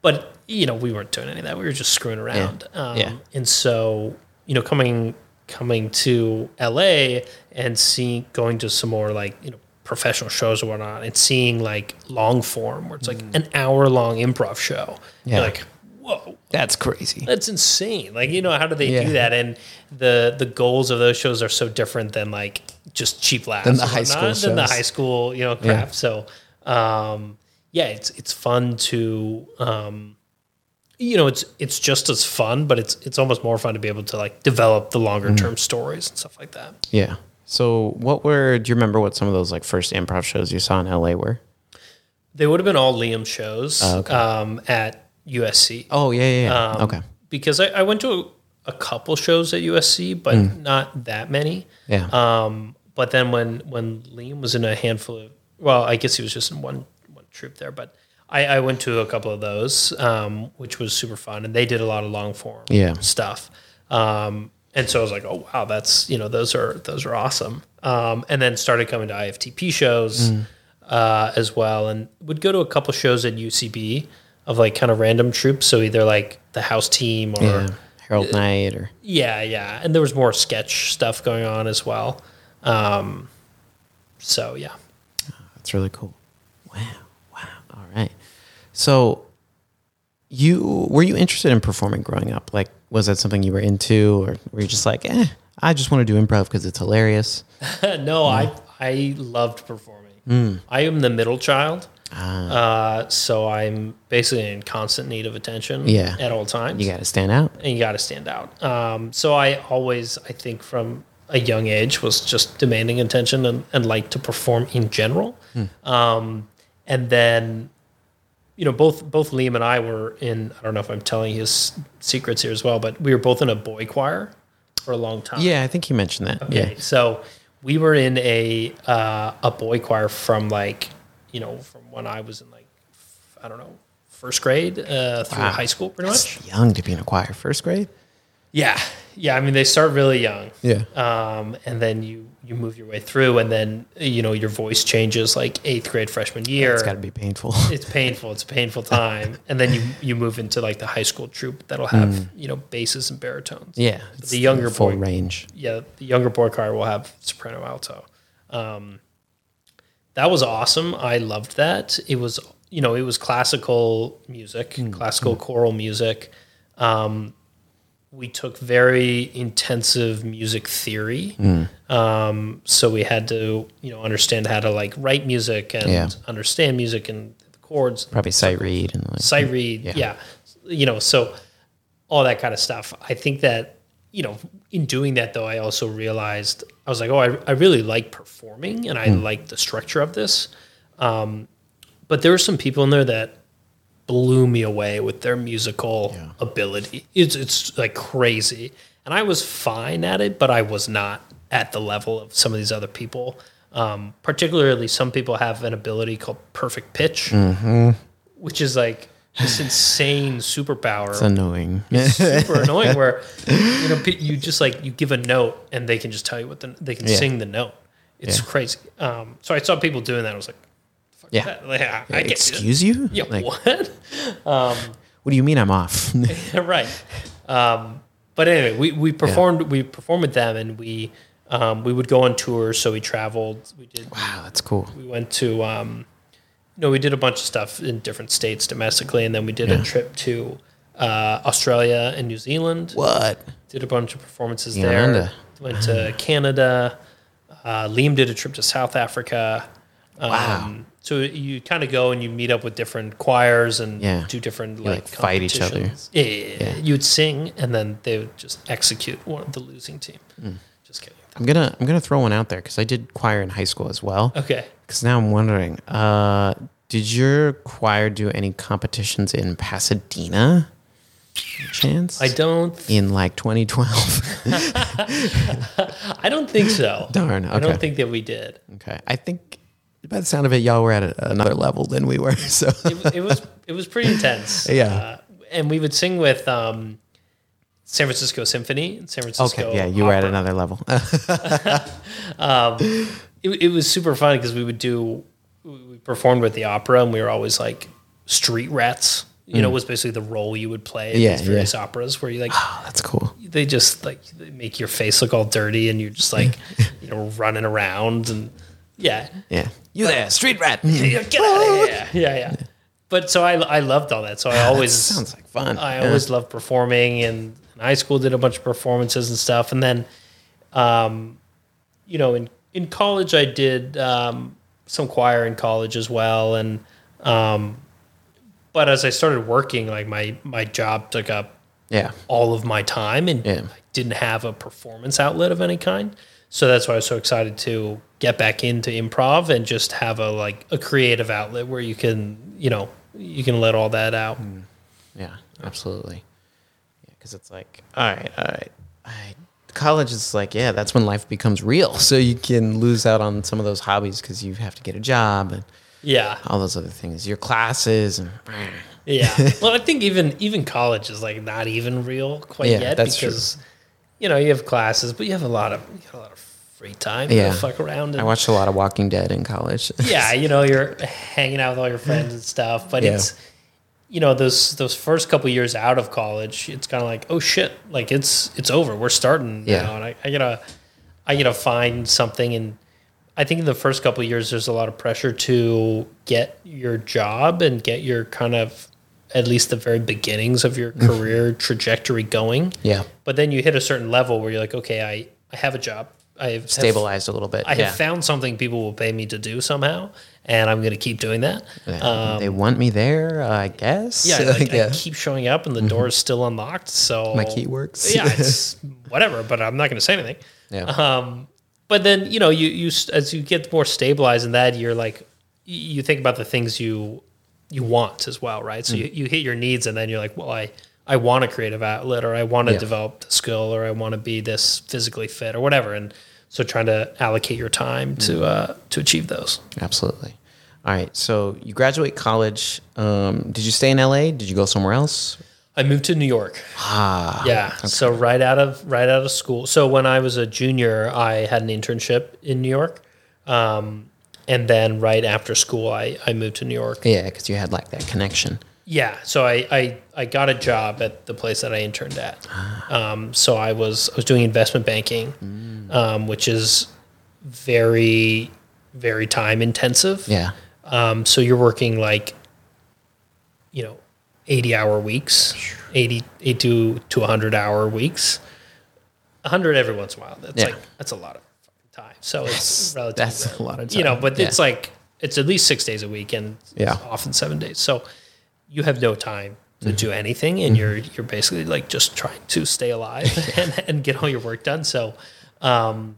Speaker 2: but you know, we weren't doing any of that; we were just screwing around. Um,
Speaker 1: Yeah.
Speaker 2: And so, you know, coming coming to LA and seeing going to some more like you know professional shows or whatnot, and seeing like long form where it's like an hour long improv show.
Speaker 1: Mm. Yeah.
Speaker 2: You're like, whoa,
Speaker 1: That's crazy.
Speaker 2: that's insane. Like, you know, how do they
Speaker 1: Yeah.
Speaker 2: do that? And the the goals of those shows are so different than like just cheap laughs
Speaker 1: Than the
Speaker 2: or
Speaker 1: high school
Speaker 2: whatnot, than the
Speaker 1: shows.
Speaker 2: high school you know crap. So, um, yeah, it's it's fun to um, you know, it's it's just as fun, but it's it's almost more fun to be able to like develop the
Speaker 1: Mm-hmm.
Speaker 2: longer term stories and stuff like that.
Speaker 1: Yeah. So what were do you remember what some of those like first improv shows you saw in LA were?
Speaker 2: They would have been all Liam shows um, at USC.
Speaker 1: Oh yeah, yeah, yeah. okay.
Speaker 2: because I, I went to a, a couple shows at USC, but
Speaker 1: Mm.
Speaker 2: not that many.
Speaker 1: Yeah.
Speaker 2: Um, but then when when Liam was in a handful of, well, I guess he was just in one one troop there, but I, I went to a couple of those, um, which was super fun, and they did a lot of long form
Speaker 1: Yeah.
Speaker 2: stuff. Um, and so I was like, oh wow, that's you know those are those are awesome. um, and then started coming to IFTP shows
Speaker 1: Mm.
Speaker 2: uh, as well, and would go to a couple shows at UCB of like kind of random troops. So either like the house team or
Speaker 1: Yeah. Harold Knight or
Speaker 2: yeah, yeah. And there was more sketch stuff going on as well. Um, so yeah, *laughs*
Speaker 1: That's really cool. Wow. Wow. All right. So you were you interested in performing growing up? Like was that something you were into or were you just like, "Eh, I just want to do improv cuz it's hilarious."
Speaker 2: no,
Speaker 1: Hmm.
Speaker 2: I I loved performing. I am the middle child,
Speaker 1: Ah.
Speaker 2: uh, so I'm basically in constant need of attention.
Speaker 1: Yeah.
Speaker 2: at all times.
Speaker 1: You got to stand out.
Speaker 2: and you got to stand out. Um, so I always, I think, from a young age, was just demanding attention and, and liked to perform in general.
Speaker 1: Hmm.
Speaker 2: Um, and then, you know, both both Liam and I were in. I don't know if I'm telling his secrets here as well, but we were both in a boy choir for a long time.
Speaker 1: Yeah, I think you mentioned that.
Speaker 2: Okay, So we were in a uh, a boy choir from like you know from when I was in like f- I don't know first grade uh, through
Speaker 1: Wow.
Speaker 2: high school, pretty
Speaker 1: Yeah.
Speaker 2: much.
Speaker 1: It's Ah. young to be in a choir, first grade?
Speaker 2: Yeah, yeah. I mean, they start really young,
Speaker 1: Yeah.
Speaker 2: um, and then you you move your way through, and then you know your voice changes like eighth grade freshman year.
Speaker 1: It's got to be
Speaker 2: *laughs*
Speaker 1: painful.
Speaker 2: It's painful. It's a painful time, and then you you move into like the high school troupe that'll have
Speaker 1: Mm.
Speaker 2: you know basses and baritones.
Speaker 1: yeah.
Speaker 2: the younger
Speaker 1: full
Speaker 2: boy-
Speaker 1: range.
Speaker 2: yeah, the younger boy choir will have soprano alto. Um, that was awesome. I loved that. It was, you know, it was classical music, classical choral music. Um, we took very intensive music theory. Um, so we had to, you know, understand how to like write music and
Speaker 1: Yeah.
Speaker 2: understand music and the chords
Speaker 1: Probably sight read and like
Speaker 2: sight read. Yeah. You know, so all that kind of stuff. I think that, you know, in doing that though, I also realized I was like, oh, I, I really like performing and I like the structure of this. Um, but there were some people in there that blew me away with their musical ability. It's, it's like crazy. And I was fine at it, but I was not at the level of some of these other people. Um, particularly, some people have an ability called perfect pitch
Speaker 1: Mm-hmm.
Speaker 2: which is like this insane
Speaker 1: it's
Speaker 2: superpower.
Speaker 1: *laughs* annoying.
Speaker 2: It's super
Speaker 1: *laughs*
Speaker 2: annoying where you know pe- you just like you give a note and they can just tell you what the, they can
Speaker 1: Yeah.
Speaker 2: sing the note. It's crazy. Um, so I saw people doing that. I was like, fuck
Speaker 1: Yeah.
Speaker 2: that. Like, I, I get
Speaker 1: Excuse
Speaker 2: excuse.
Speaker 1: you?
Speaker 2: Yeah,
Speaker 1: Like,
Speaker 2: what?
Speaker 1: what do you mean I'm
Speaker 2: *laughs*
Speaker 1: off? *laughs*
Speaker 2: right. Um, but anyway, we, we performed we performed with them and we um, we would go on tours. So we traveled. We did
Speaker 1: wow, that's cool.
Speaker 2: we went to um no we did a bunch of stuff in different states domestically and then we did a trip to uh, australia and new zealand
Speaker 1: What?
Speaker 2: did a bunch of performances
Speaker 1: Yeah,
Speaker 2: there
Speaker 1: Amanda. *sighs*
Speaker 2: went to canada uh, liam did a trip to south africa um,
Speaker 1: Wow.
Speaker 2: so you kind of go and you meet up with different choirs and
Speaker 1: Yeah.
Speaker 2: do different like,
Speaker 1: like, fight each other.
Speaker 2: competitions. yeah, yeah, yeah. you'd sing and then they would just execute one of the losing team
Speaker 1: Mm.
Speaker 2: just kidding
Speaker 1: I'm gonna I'm gonna throw one out there because I did choir in high school as well.
Speaker 2: okay
Speaker 1: Because now I'm wondering, uh, did your choir do any competitions in Pasadena? Any Chance
Speaker 2: i don't
Speaker 1: in like 2012.
Speaker 2: I don't think so.
Speaker 1: *laughs* Darn,
Speaker 2: I
Speaker 1: okay.
Speaker 2: don't think that we did.
Speaker 1: *laughs* okay, I think by the sound of it, y'all were at a, another level than we were. *laughs* So
Speaker 2: It, it was it was pretty
Speaker 1: *laughs*
Speaker 2: intense.
Speaker 1: Yeah.
Speaker 2: Uh, and we would sing with um, San Francisco Symphony and San Francisco.
Speaker 1: okay, yeah, you were at
Speaker 2: Opera.
Speaker 1: another level. *laughs* Oh,
Speaker 2: It, it was super fun because we would do we we performed with the opera and we were always like street rats. You know, was basically the role you would play in
Speaker 1: Mm. Yeah,
Speaker 2: these various operas where you like
Speaker 1: Oh, that's cool.
Speaker 2: they just like they make your face look all dirty and you're
Speaker 1: *laughs*
Speaker 2: just like you know running around and yeah
Speaker 1: Yeah, Mm. you there, street rat.
Speaker 2: Yeah, get out of here. Yeah, yeah. But so I, I loved all that. So I always
Speaker 1: Ah, sounds like fun.
Speaker 2: I
Speaker 1: Yeah.
Speaker 2: always loved performing, and in high school did a bunch of performances and stuff. And then, um, you know, in in college I did um, some choir in college as well, and um, but as I started working, like my my job took up
Speaker 1: Yeah,
Speaker 2: all of my time and
Speaker 1: Yeah.
Speaker 2: I didn't have a performance outlet of any kind. So that's why I was so excited to get back into improv and just have a like a creative outlet where you can, you know, you can let all that out.
Speaker 1: Yeah, absolutely. Yeah, because it's like, all right, all right. I, college is like, yeah, that's when life becomes real. *laughs* So you can lose out on some of those hobbies because you have to get a job and
Speaker 2: Yeah.
Speaker 1: all those other things, your classes and. *laughs*
Speaker 2: Yeah. well, I think even even college is like not even real quite
Speaker 1: Yeah,
Speaker 2: yet
Speaker 1: that's true.
Speaker 2: because you know, you have classes, but you have a lot of you got a lot of free time
Speaker 1: Yeah.
Speaker 2: to fuck around. And,
Speaker 1: I watched a lot of Walking Dead in college. *laughs*
Speaker 2: yeah, you know, you're hanging out with all your friends and stuff. But
Speaker 1: Yeah.
Speaker 2: it's you know those those first couple years out of college, it's kind of like oh shit, like it's it's over. We're starting
Speaker 1: Yeah.
Speaker 2: now, and I, I gotta I gotta find something. And I think in the first couple years, there's a lot of pressure to get your job and get your kind of at least the very beginnings of
Speaker 1: Mm-hmm.
Speaker 2: your career trajectory going.
Speaker 1: yeah,
Speaker 2: But then you hit a certain level where you're like, okay, I, I have a job. I have have-
Speaker 1: stabilized a little bit.
Speaker 2: I
Speaker 1: yeah.
Speaker 2: have found something people will pay me to do somehow, and I'm going to keep doing that.
Speaker 1: Yeah.
Speaker 2: Um,
Speaker 1: they want me there, I guess. *laughs*
Speaker 2: yeah, like,
Speaker 1: yeah. Mm-hmm.
Speaker 2: I keep showing up, and the door is still unlocked. So
Speaker 1: My key works. *laughs*
Speaker 2: yeah, it's whatever. But I'm not going to say anything.
Speaker 1: Yeah.
Speaker 2: Um, but then you know, you you s- as you get more stabilized in that, you're like, y- you think about the things you you want as well, right?
Speaker 1: Mm.
Speaker 2: So you, you hit your needs, and then you're like, well, I I want a creative outlet, or I want to
Speaker 1: Yeah.
Speaker 2: develop the skill, or I want to be this physically fit, or whatever, and. So trying to allocate your time
Speaker 1: Mm.
Speaker 2: to uh, to achieve those.
Speaker 1: Absolutely. All right. So you graduate college. Um, did you stay in LA? Did you go somewhere else?
Speaker 2: I moved to New York.
Speaker 1: Ah.
Speaker 2: Yeah. So right out of right out of school. So when I was a junior, I had an internship in New York, um, and then right after school, I, I moved to New York.
Speaker 1: Yeah, because you had like that connection.
Speaker 2: Yeah. So I, I I got a job at the place that I interned at. Um, so I was I was doing investment banking, um, which is very very time intensive.
Speaker 1: Yeah.
Speaker 2: Um, so you're working like, you know, 80 hour weeks, 80, 80 to 100 hour weeks, 100 every once in a while. That's
Speaker 1: Yeah.
Speaker 2: like, that's a lot of fucking time. So it's relatively,
Speaker 1: that's
Speaker 2: rare.
Speaker 1: a lot of
Speaker 2: you know,
Speaker 1: time.
Speaker 2: but
Speaker 1: Yeah.
Speaker 2: it's like, it's at least six days a week and
Speaker 1: Yeah. Mm-hmm.
Speaker 2: often seven days. So you have no time to do anything. And you're, you're basically like just trying to stay alive
Speaker 1: *laughs*
Speaker 2: and, and get all your work done. So, um,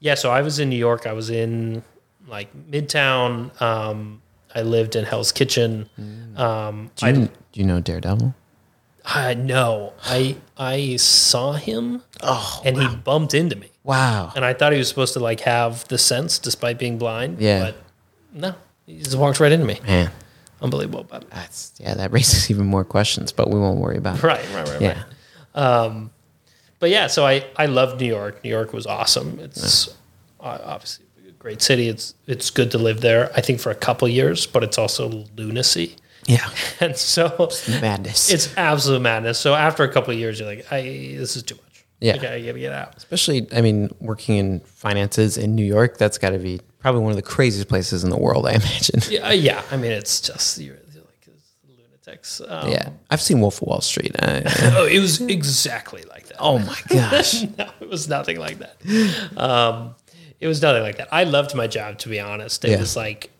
Speaker 2: yeah, so I was in New York. I was in like Midtown. Um, I lived in Hell's Kitchen.
Speaker 1: Mm.
Speaker 2: Um,
Speaker 1: Do you, do you know Daredevil?
Speaker 2: I know. I I saw him,
Speaker 1: Oh,
Speaker 2: and he bumped into me,
Speaker 1: Wow.
Speaker 2: and I thought he was supposed to like have the sense despite being blind.
Speaker 1: Yeah.
Speaker 2: but no, he just walked right into me.
Speaker 1: Man,
Speaker 2: Unbelievable, but
Speaker 1: that's yeah. That *laughs* raises even more questions, but we won't worry about it.
Speaker 2: right, right, right, right.
Speaker 1: Yeah.
Speaker 2: but yeah, so I I loved New York. New York was awesome. It's uh, obviously a great city. It's it's good to live there. I think for a couple years, but it's also lunacy,
Speaker 1: Yeah.
Speaker 2: *laughs* and so
Speaker 1: *laughs* Madness.
Speaker 2: it's absolute madness. So after a couple of years, you're like, I this is too much.
Speaker 1: Yeah.
Speaker 2: like, I gotta get out.
Speaker 1: Especially, I mean, working in finances in New York, that's got to be probably one of the craziest places in the world, I *laughs* imagine.
Speaker 2: Yeah, uh, yeah. I mean, it's just you're, you're like lunatics. Um,
Speaker 1: Yeah. I've seen Wolf of Wall Street. *laughs* I,
Speaker 2: *laughs* Oh, it was exactly like that.
Speaker 1: oh my gosh.
Speaker 2: *laughs* no, it was nothing like that. Um, it was nothing like that. I loved my job, to be honest. It
Speaker 1: Yeah.
Speaker 2: was like,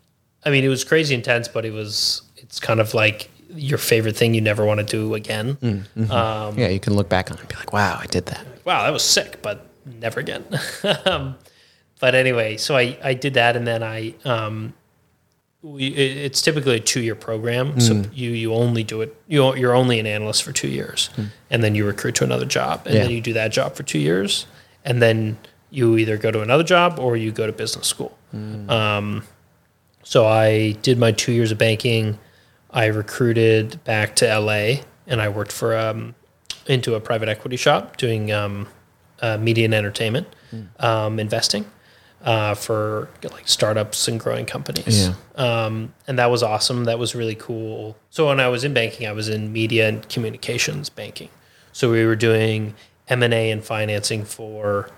Speaker 2: I mean, it was crazy intense, but it was, it's kind of like your favorite thing you never want to do again.
Speaker 1: Mm.
Speaker 2: Um, Oh,
Speaker 1: Yeah, you can look back on it and be like, wow, I did that.
Speaker 2: wow, that was sick, but never again. *laughs* um, but anyway, so I, I did that, and then I um, we, it, it's typically a two year program, so
Speaker 1: Mm.
Speaker 2: you you only do it you o- you're only an analyst for two years, and then you recruit to another job, and
Speaker 1: Hmm. Yeah.
Speaker 2: then you do that job for two years, and then you either go to another job or you go to business school.
Speaker 1: Hmm.
Speaker 2: Um, so I did my two years of banking. I recruited back to LA, and I worked for um, into a private equity shop doing um, uh, media and entertainment
Speaker 1: Hmm.
Speaker 2: um, investing uh, for like startups and growing companies.
Speaker 1: Yeah.
Speaker 2: Um, and that was awesome. That was really cool. So when I was in banking, I was in media and communications banking. So we were doing M and A and financing for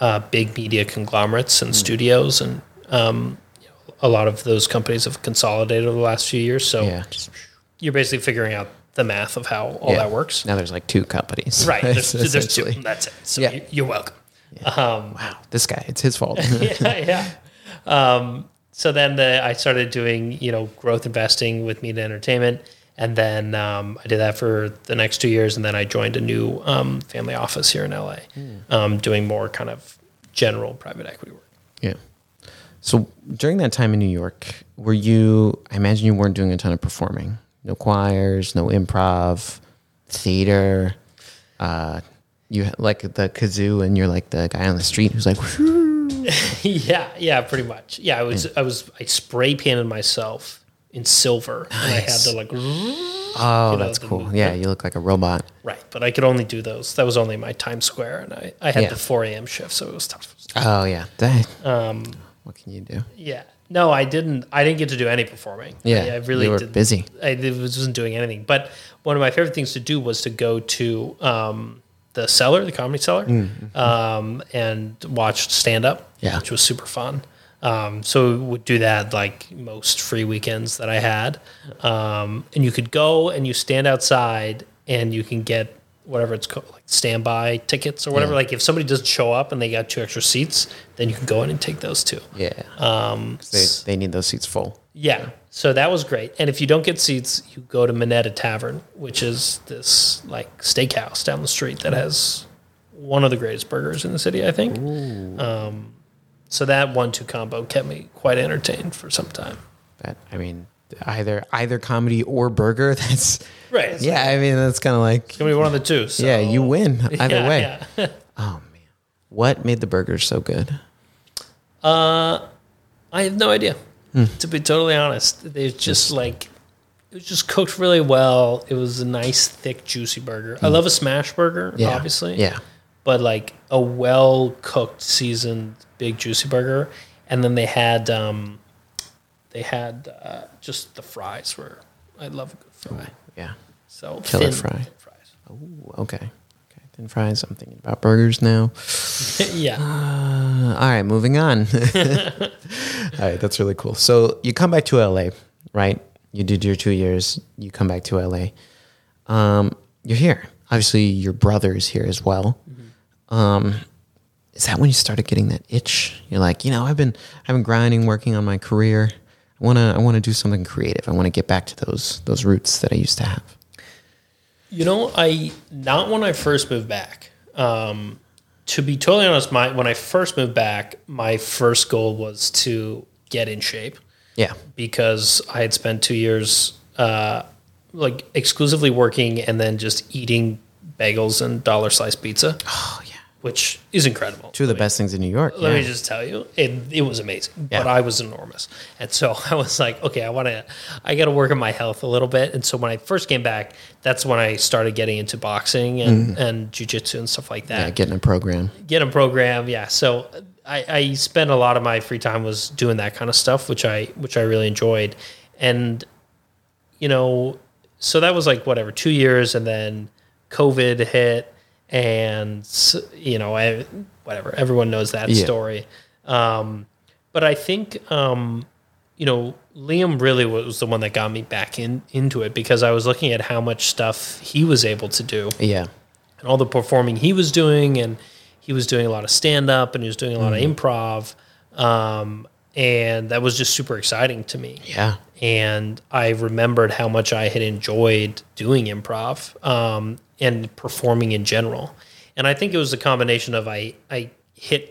Speaker 2: uh, big media conglomerates
Speaker 1: Hmm.
Speaker 2: and studios, and um, you know, a lot of those companies have consolidated over the last few years. So
Speaker 1: Yeah. Just-
Speaker 2: you're basically figuring out the math of how all
Speaker 1: yeah.
Speaker 2: that
Speaker 1: *laughs*
Speaker 2: works.
Speaker 1: Now there's like two companies. *laughs*
Speaker 2: Right. There's, there's two.
Speaker 1: Essentially.
Speaker 2: That's it. So
Speaker 1: Yeah.
Speaker 2: you- you're welcome.
Speaker 1: Wow. This guy, it's his
Speaker 2: *laughs*
Speaker 1: fault. *laughs*
Speaker 2: yeah, yeah. Um, so then the, I started doing you know growth investing with media entertainment, and then um, I did that for the next two years, and then I joined a new um, family office here in LA, um, doing more kind of general private equity work. *laughs*
Speaker 1: yeah. So during that time in New York, were you, I imagine you weren't doing a ton of performing. No choirs, no improv, theater. Uh, you had, like the kazoo, and you're like the guy on the street who's like,
Speaker 2: yeah, yeah, pretty much. Yeah, I was I was I spray painted myself in silver. And I had to like,
Speaker 1: Oh,
Speaker 2: you know,
Speaker 1: that's
Speaker 2: the
Speaker 1: cool.
Speaker 2: movement.
Speaker 1: Yeah, you look like a robot.
Speaker 2: right. But I could only do those. That was only my Times Square. And I, I had
Speaker 1: Yeah.
Speaker 2: the 4 a.m. shift. So it was tough.
Speaker 1: Oh yeah. That,
Speaker 2: Um,
Speaker 1: what can you do?
Speaker 2: Yeah. No, I didn't. I didn't get to do any performing.
Speaker 1: Yeah,
Speaker 2: I, I really
Speaker 1: you were
Speaker 2: didn't,
Speaker 1: busy.
Speaker 2: I di- wasn't doing anything. But one of my favorite things to do was to go to um, the cellar, the comedy cellar, um, and watch stand up.
Speaker 1: Mm. Yeah.
Speaker 2: which was super fun. Um, so we would do that like most free weekends that I had, um, and you could go and you stand outside and you can get whatever it's called, like standby tickets or whatever.
Speaker 1: Yeah.
Speaker 2: Like if somebody doesn't show up and they got two extra seats, then you can go in and take those too.
Speaker 1: Yeah. Um, they, they need those seats full.
Speaker 2: Yeah. So that was great. And if you don't get seats, you go to Minetta Tavern, which is this like steakhouse down the street that has one of the greatest burgers in the city, I think. Um, so that one two combo kept me quite entertained for some time.
Speaker 1: That I mean, either either comedy or burger. *laughs* That's
Speaker 2: Right.
Speaker 1: yeah. I mean, that's kind of like
Speaker 2: Give me one of the two. So.
Speaker 1: yeah, you win
Speaker 2: *laughs*
Speaker 1: either
Speaker 2: Yeah,
Speaker 1: way.
Speaker 2: yeah.
Speaker 1: Oh man, what made the burgers so good?
Speaker 2: I have no idea.
Speaker 1: Hmm.
Speaker 2: To be totally honest, they just like it was just cooked really well. It was a nice, thick, juicy burger. I love a smash burger,
Speaker 1: Hmm. Yeah.
Speaker 2: obviously.
Speaker 1: Yeah.
Speaker 2: but like a well cooked, seasoned, big juicy burger, and then they had um, they had uh, just the fries were I love a good fry,
Speaker 1: Yeah.
Speaker 2: so
Speaker 1: Killer
Speaker 2: thin-
Speaker 1: fry.
Speaker 2: thin fries. *laughs*
Speaker 1: Ooh, okay. Okay. Thin fries. I'm thinking about burgers now.
Speaker 2: yeah,
Speaker 1: Uh, all right, moving
Speaker 2: *laughs*
Speaker 1: on. *laughs* all right, that's really cool. So you come back to LA, right? You did your two years. You come back to LA. Um, you're here. Obviously, your brother is here as well.
Speaker 2: Mm-hmm.
Speaker 1: Um, is that when you started getting that itch? You're like, you know, I've been, I've been grinding, working on my career. I wanna, I wanna do something creative. I wanna get back to those, those roots that I used to have.
Speaker 2: you know I not when I first moved back. Um, to be totally honest, my when I first moved back, my first goal was to get in shape.
Speaker 1: Yeah,
Speaker 2: because I had spent two years uh, like exclusively working and then just eating bagels and dollar slice pizza. Oh yeah, which is incredible.
Speaker 1: two of the best things in New York.
Speaker 2: Let
Speaker 1: yeah.
Speaker 2: me just tell you, it, it was amazing, but
Speaker 1: Yeah.
Speaker 2: I was enormous, and so *laughs* I was like, okay, I want to, I got to work on my health a little bit. And so when I first came back, that's when I started getting into boxing and and jujitsu and stuff like that
Speaker 1: Mm-hmm. yeah, getting a program.
Speaker 2: get a program. Yeah. So I, I spent a lot of my free time was doing that kind of stuff, which I which I really enjoyed. And you know, so that was like whatever two years, and then COVID hit, and you know, I, whatever everyone knows that
Speaker 1: Yeah.
Speaker 2: story. Um, but I think um, you know Liam really was the one that got me back in into it because I was looking at how much stuff he was able to do
Speaker 1: Yeah,
Speaker 2: and all the performing he was doing and he was doing a lot of stand up and he was doing a lot of improv um, and that was just super exciting to me
Speaker 1: yeah,
Speaker 2: and i remembered how much i had enjoyed doing improv um, and performing in general and i think it was a combination of i, I hit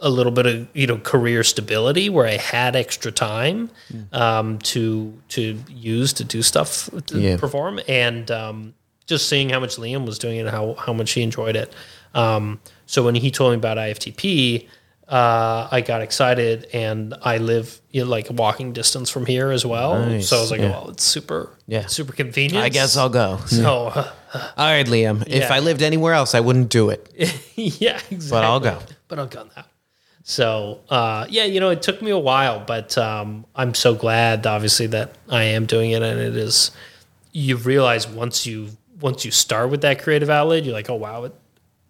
Speaker 2: a little bit of you know career stability where I had extra time um, to to use to do stuff to
Speaker 1: Yeah.
Speaker 2: perform and um, just seeing how much Liam was doing and how how much he enjoyed it. Um, so when he told me about IFTP, uh, I got excited and I live you know, like walking distance from here as well.
Speaker 1: Nice,
Speaker 2: So I was like,
Speaker 1: yeah.
Speaker 2: well, it's super
Speaker 1: Yeah.
Speaker 2: super convenient.
Speaker 1: I guess I'll go.
Speaker 2: so *laughs*
Speaker 1: All right, Liam. If
Speaker 2: Yeah.
Speaker 1: I lived anywhere else, I wouldn't do it.
Speaker 2: *laughs* yeah, exactly.
Speaker 1: I'll go.
Speaker 2: But I'll go now. So uh, yeah, you know, it took me a while, but um, I'm so glad, obviously, that I am doing it, and it is. You realize once you once you start with that creative outlet, you're like, oh wow, it,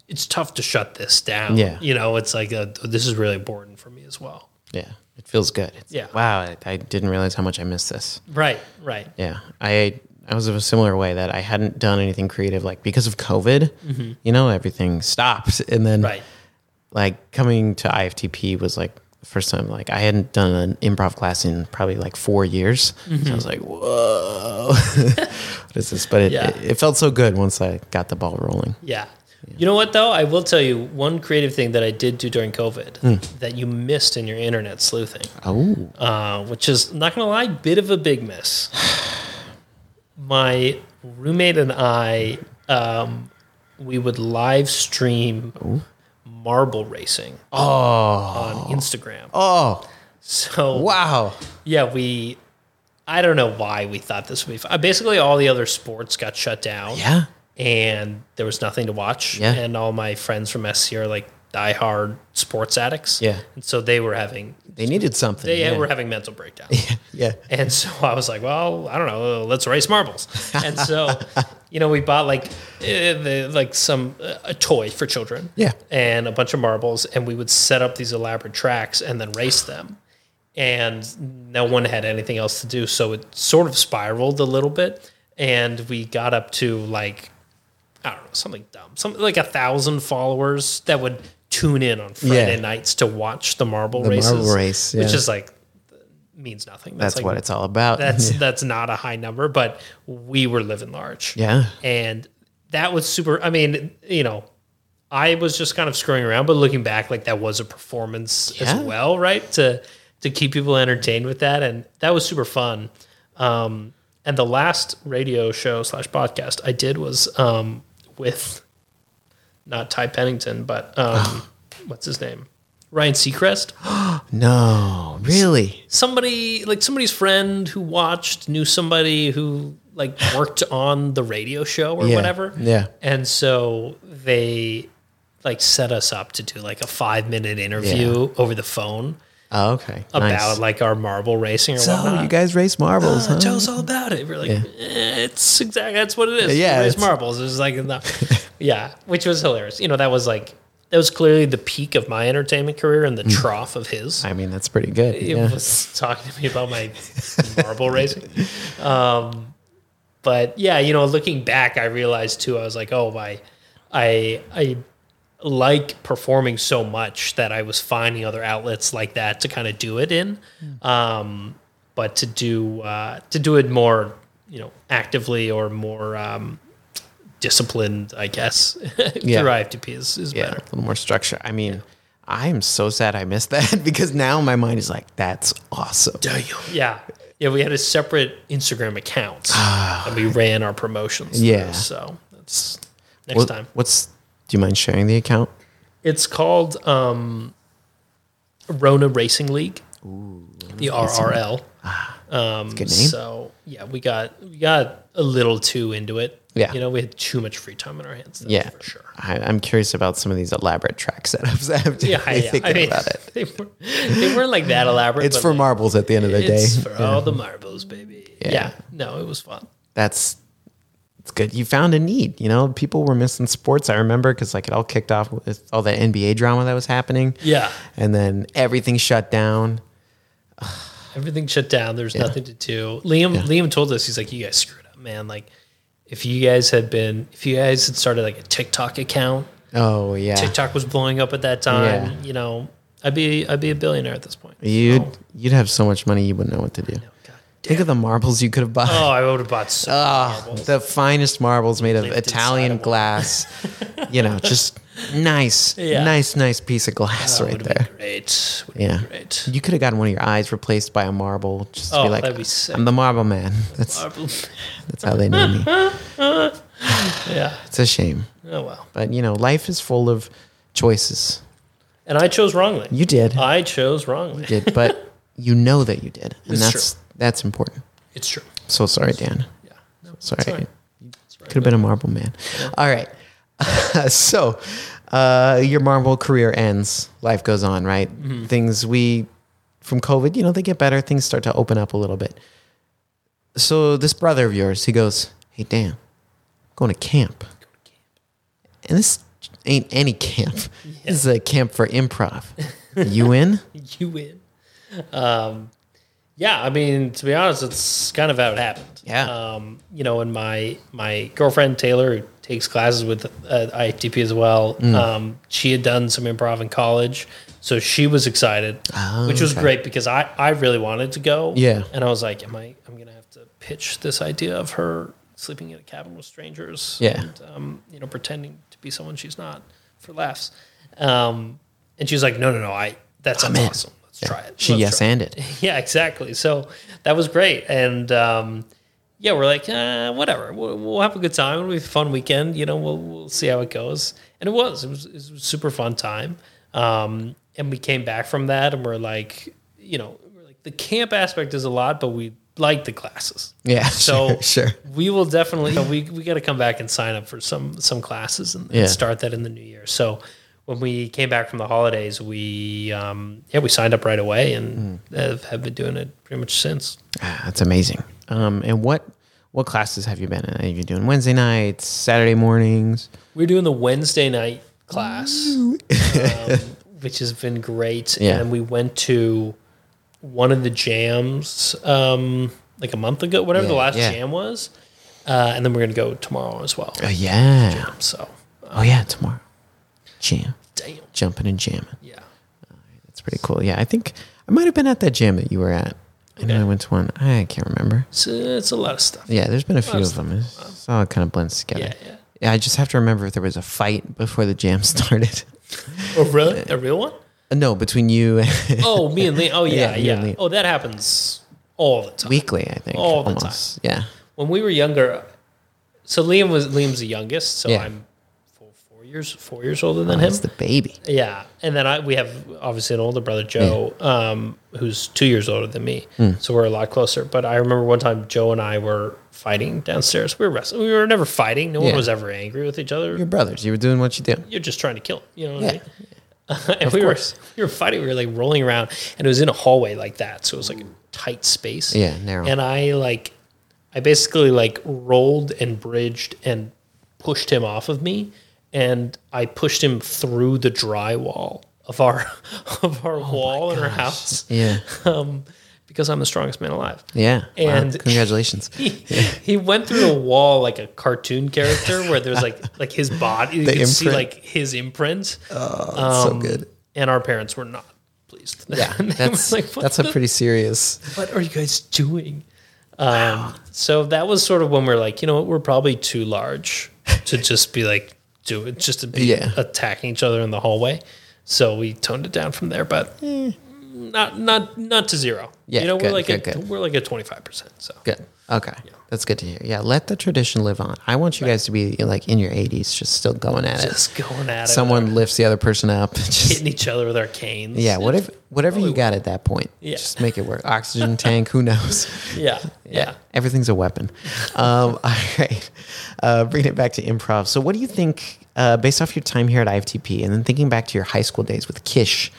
Speaker 2: it's tough to shut this down.
Speaker 1: Yeah.
Speaker 2: you know, it's like a, this is really important for me as well.
Speaker 1: Yeah, it feels good. It's,
Speaker 2: Yeah.
Speaker 1: Wow, I, I didn't realize how much I missed this.
Speaker 2: Right, right.
Speaker 1: Yeah, I I was of a similar way that I hadn't done anything creative like because of COVID. You know, everything stopped, and then
Speaker 2: Mm-hmm. Right.
Speaker 1: like coming to IFTP was like the first time like I hadn't done an improv class in probably like four years. So
Speaker 2: Mm-hmm.
Speaker 1: I was like, whoa, *laughs* what is this? But it,
Speaker 2: Yeah.
Speaker 1: it, it felt so good once I got the ball rolling.
Speaker 2: Yeah. You know what though? I will tell you one creative thing that I did do during COVID
Speaker 1: Hmm.
Speaker 2: that you missed in your internet sleuthing.
Speaker 1: Oh,
Speaker 2: uh, which is not gonna lie, bit of a big miss. *sighs* My roommate and I, um, we would live stream marble racing
Speaker 1: oh,
Speaker 2: on Instagram.
Speaker 1: oh,
Speaker 2: So
Speaker 1: wow.
Speaker 2: yeah, we I don't know why we thought this would be fun. Basically, all the other sports got shut down.
Speaker 1: Yeah.
Speaker 2: And there was nothing to watch.
Speaker 1: Yeah.
Speaker 2: And all my friends from SC are like diehard sports addicts.
Speaker 1: Yeah.
Speaker 2: And so they were having
Speaker 1: They needed something.
Speaker 2: they
Speaker 1: yeah.
Speaker 2: were having mental breakdowns.
Speaker 1: yeah.
Speaker 2: *laughs* And so I was like, well, I don't know, let's race marbles. And
Speaker 1: *laughs*
Speaker 2: so, you know, we bought like eh, the, like some uh, a toy for children.
Speaker 1: Yeah.
Speaker 2: And a bunch of marbles and we would set up these elaborate tracks and then race them. And no one had anything else to do, so it sort of spiraled a little bit and we got up to like I don't know, something dumb. Something like a thousand followers that would tune in on Friday
Speaker 1: Yeah.
Speaker 2: nights to watch the marble
Speaker 1: The
Speaker 2: races.
Speaker 1: marble race,
Speaker 2: Which
Speaker 1: yeah.
Speaker 2: is like means nothing.
Speaker 1: That's
Speaker 2: like,
Speaker 1: what it's all about. *laughs*
Speaker 2: that's that's not a high number, but we were living large.
Speaker 1: yeah.
Speaker 2: And that was super I mean, you know, I was just kind of screwing around, but looking back, like that was a performance
Speaker 1: Yeah.
Speaker 2: as well, right? To to keep people entertained with that. And that was super fun. Um and the last radio show slash podcast I did was um with not Ty Pennington, but um
Speaker 1: Oh.
Speaker 2: what's his name? Ryan Seacrest
Speaker 1: No, really.
Speaker 2: somebody like somebody's friend who watched knew somebody who
Speaker 1: *sighs*
Speaker 2: like worked on the radio show or
Speaker 1: Yeah,
Speaker 2: whatever.
Speaker 1: yeah.
Speaker 2: And so they like set us up to do like a five minute interview over the phone
Speaker 1: Oh, okay.
Speaker 2: about
Speaker 1: nice.
Speaker 2: like our marble racing or
Speaker 1: so
Speaker 2: whatnot. "Ah,
Speaker 1: you guys race marbles, huh?
Speaker 2: Tell us all about it. We're like, eh, it's exactly that's what it is.
Speaker 1: Yeah,
Speaker 2: it's
Speaker 1: it's-
Speaker 2: marbles. It's
Speaker 1: *laughs*
Speaker 2: like, no. yeah, which was hilarious. You know, that was like that was clearly the peak of my entertainment career
Speaker 1: Mm.
Speaker 2: and the trough of his
Speaker 1: I mean, that's pretty good.
Speaker 2: it
Speaker 1: Yeah.
Speaker 2: was talking to me about my marble racing. Um, but yeah, you know, looking back, I realized too. I was like, oh, I, I, I like performing so much that I was finding other outlets like that to kind of do it in.
Speaker 1: Hmm.
Speaker 2: Um, but to do uh, to do it more, you know, actively or more um, disciplined, I guess. *laughs*
Speaker 1: Yeah.
Speaker 2: through IFTP is, is
Speaker 1: yeah. A
Speaker 2: better.
Speaker 1: little more structure. I mean, I am so sad I missed that *laughs* because now my mind is like, that's awesome.
Speaker 2: Yeah. Yeah, we had a separate Instagram account and we ran our promotions. through,
Speaker 1: Ah. Yeah.
Speaker 2: So that's next
Speaker 1: What-
Speaker 2: time.
Speaker 1: What's, do you mind sharing the account?
Speaker 2: It's called um, Rona Racing League. the RRL. um,
Speaker 1: good name.
Speaker 2: So yeah, we got we got a little too into it.
Speaker 1: Yeah.
Speaker 2: You know, we had too much free time on our hands. That's
Speaker 1: Yeah.
Speaker 2: For sure. *laughs*
Speaker 1: I, I'm curious about some of these elaborate track *laughs* setups. I'm
Speaker 2: Yeah, yeah.
Speaker 1: thinking
Speaker 2: I mean,
Speaker 1: about it.
Speaker 2: They, were, they weren't like that elaborate.
Speaker 1: It's
Speaker 2: *laughs* but,
Speaker 1: for
Speaker 2: like,
Speaker 1: marbles at the end of the day.
Speaker 2: It's for all the marbles, baby.
Speaker 1: Yeah.
Speaker 2: yeah. No, it was fun.
Speaker 1: that's it's good. You found a need. You know, people were missing sports. I remember because like it all kicked off with all that NBA drama that was happening.
Speaker 2: Yeah.
Speaker 1: and then everything shut down.
Speaker 2: Everything shut down. There's nothing to do. Liam Liam told us he's like, you guys screwed up, man. Like, if you guys had been, if you guys had started like a TikTok account,
Speaker 1: Oh yeah,
Speaker 2: TikTok was blowing up at that time.
Speaker 1: Yeah.
Speaker 2: You know, I'd be I'd be a billionaire at this point.
Speaker 1: you'd you'd have so much money you wouldn't know what to do.
Speaker 2: God
Speaker 1: Think of the marbles you could have bought.
Speaker 2: Oh, I would have bought so
Speaker 1: *laughs* Ah, the finest marbles made of
Speaker 2: Lived inside
Speaker 1: Italian
Speaker 2: of one. *laughs*
Speaker 1: glass. you know, just nice,
Speaker 2: Yeah.
Speaker 1: nice, nice piece of glass
Speaker 2: That
Speaker 1: right
Speaker 2: would've
Speaker 1: there.
Speaker 2: Been great. Would
Speaker 1: Yeah.
Speaker 2: Be great.
Speaker 1: You could have gotten one of your eyes replaced by a marble. Just to
Speaker 2: Oh,
Speaker 1: be like,
Speaker 2: that'd be sick.
Speaker 1: I'm the marble man. *laughs* That's
Speaker 2: Marble-
Speaker 1: that's how they
Speaker 2: *laughs*
Speaker 1: know me.
Speaker 2: yeah.
Speaker 1: It's a shame,
Speaker 2: Oh well.
Speaker 1: but you know, life is full of choices.
Speaker 2: And I chose wrongly.
Speaker 1: You did,
Speaker 2: I chose wrongly.
Speaker 1: did, *laughs* but you know that you did, and
Speaker 2: It's
Speaker 1: that's that's important.
Speaker 2: It's true.
Speaker 1: So sorry, Dan.
Speaker 2: Yeah. No, it's
Speaker 1: Sorry,
Speaker 2: all right. It's all right.
Speaker 1: could have been a marble man. All right. *laughs* so, uh, your marble career ends. Life goes on, right?
Speaker 2: Mm-hmm.
Speaker 1: Things we from COVID, you know, they get better. Things start to open up a little bit. So this brother of yours, he goes, "Hey Dan, I'm going to camp." And this ain't any camp. This is a camp for improv. you in?
Speaker 2: *laughs* you win. Um, yeah, I mean, to be honest, it's kind of how it happened.
Speaker 1: Yeah.
Speaker 2: Um, you know, and my my girlfriend Taylor, who takes classes with uh, IFTP as well,
Speaker 1: Mm.
Speaker 2: um, she had done some improv in college, so she was excited,
Speaker 1: Oh,
Speaker 2: which was
Speaker 1: okay.
Speaker 2: great because I I really wanted to go.
Speaker 1: Yeah.
Speaker 2: And I was like, am I? I'm gonna have to pitch this idea of her sleeping in a cabin with strangers.
Speaker 1: Yeah.
Speaker 2: And, um, you know, pretending to be someone she's not for laughs. Um, and she was like, no, no, no, I. That sounds
Speaker 1: in.
Speaker 2: awesome. Let's try it.
Speaker 1: She
Speaker 2: Let's
Speaker 1: yes
Speaker 2: try it."
Speaker 1: and it.
Speaker 2: Yeah, exactly. So that was great, and um, yeah, we're like, uh, whatever. We'll, we'll have a good time. It'll be a fun weekend. You know, we'll we'll see how it goes. And it was. It was, it was a super fun time. Um, and we came back from that, and we're like, you know, we're like the camp aspect is a lot, but we like the classes.
Speaker 1: *laughs* Yeah.
Speaker 2: So
Speaker 1: sure. sure.
Speaker 2: we will definitely we we got to come back and sign up for some some classes and, and
Speaker 1: Yeah.
Speaker 2: start that in the new year. So when we came back from the holidays, we um, yeah we signed up right away and
Speaker 1: Hmm.
Speaker 2: have, have been doing it pretty much since.
Speaker 1: Ah, that's amazing. Um, and what what classes have you been in? Are you doing Wednesday nights, Saturday mornings?
Speaker 2: We're doing the Wednesday night class,
Speaker 1: *laughs*
Speaker 2: um, which has been great.
Speaker 1: Yeah.
Speaker 2: And we went to one of the jams um, like a month ago, whatever the
Speaker 1: Yeah,
Speaker 2: last
Speaker 1: yeah.
Speaker 2: jam was. Uh, and then we're going to go tomorrow as well.
Speaker 1: Oh yeah.
Speaker 2: So, uh,
Speaker 1: Oh yeah. Tomorrow. Jam.
Speaker 2: damn.
Speaker 1: Jumping and jamming.
Speaker 2: Yeah.
Speaker 1: That's pretty cool. Yeah. I think I might have been at that jam that you were at. I know I went to one. I can't remember.
Speaker 2: It's, uh, it's a lot of stuff.
Speaker 1: Yeah. There's been a few of them. It's, it's all kind of blends together.
Speaker 2: Yeah. yeah.
Speaker 1: uh, Yeah, I just have to remember if there was a fight before the jam *laughs* started.
Speaker 2: Oh, really? A real one?
Speaker 1: Uh, no, between you and
Speaker 2: Oh, me and Lee.
Speaker 1: *laughs*
Speaker 2: Oh,
Speaker 1: Yeah,
Speaker 2: yeah.
Speaker 1: you
Speaker 2: Yeah.
Speaker 1: and Liam.
Speaker 2: Oh, that happens all the time.
Speaker 1: weekly, I think.
Speaker 2: All the time.
Speaker 1: Yeah.
Speaker 2: when we were younger, so Liam was Liam's the youngest, so
Speaker 1: Yeah.
Speaker 2: I'm four, four years four years older than him.
Speaker 1: It's the baby.
Speaker 2: Yeah, and then I, we have obviously an older brother, Joe, um, who's two years older than me,
Speaker 1: Hmm.
Speaker 2: so we're a lot closer. But I remember one time Joe and I were fighting downstairs. We were wrestling. We were never fighting. No
Speaker 1: Yeah.
Speaker 2: one was ever angry with each other.
Speaker 1: Your
Speaker 2: You're,
Speaker 1: brothers. You were doing what you do.
Speaker 2: just trying to kill. Him, you know what
Speaker 1: Yeah.
Speaker 2: I mean? *laughs* and we
Speaker 1: course.
Speaker 2: were we were fighting. We were like rolling around, and it was in a hallway like that, so it was like a tight space.
Speaker 1: Yeah, narrow.
Speaker 2: And I like, I basically like rolled and bridged and pushed him off of me, and I pushed him through the drywall of our *laughs* of
Speaker 1: Oh
Speaker 2: our wall in our house,
Speaker 1: Yeah.
Speaker 2: um, because I'm the strongest man alive.
Speaker 1: Yeah. wow.
Speaker 2: And-
Speaker 1: congratulations.
Speaker 2: He, he went through the wall like a cartoon character where there's like like his body you
Speaker 1: The
Speaker 2: can see
Speaker 1: imprint.
Speaker 2: like his imprint
Speaker 1: Oh, so
Speaker 2: um,
Speaker 1: good.
Speaker 2: and our parents were not pleased. *laughs*
Speaker 1: Yeah.
Speaker 2: They were
Speaker 1: That's
Speaker 2: what,
Speaker 1: that's a pretty
Speaker 2: *laughs*
Speaker 1: serious.
Speaker 2: what are you guys doing? Um, So that was sort of when we're like, you know what, we're probably too large to just be like, do it, just to be
Speaker 1: Yeah.
Speaker 2: attacking each other in the hallway. So we toned it down from there, but not not not to zero.
Speaker 1: Eh. Yeah,
Speaker 2: you know,
Speaker 1: good,
Speaker 2: we're like
Speaker 1: good,
Speaker 2: a,
Speaker 1: good.
Speaker 2: we're like a twenty five percent. So
Speaker 1: Good. Okay. That's good to hear. Yeah. Let the tradition live on. I want you guys to be like in your 80s, just still going at it.
Speaker 2: just going at it,
Speaker 1: Someone lifts the other person up. *laughs* Just
Speaker 2: hitting each other with our canes. *laughs*
Speaker 1: Yeah, whatever whatever you got at that point,
Speaker 2: Yeah.
Speaker 1: just make
Speaker 2: *laughs*
Speaker 1: it work. Oxygen tank, who knows?
Speaker 2: yeah, yeah.
Speaker 1: everything's a weapon. Um, *laughs* all right, uh, bringing it back to improv. So, what do you think, uh, based off your time here at IFTP, and then thinking back to your high school days with Kish,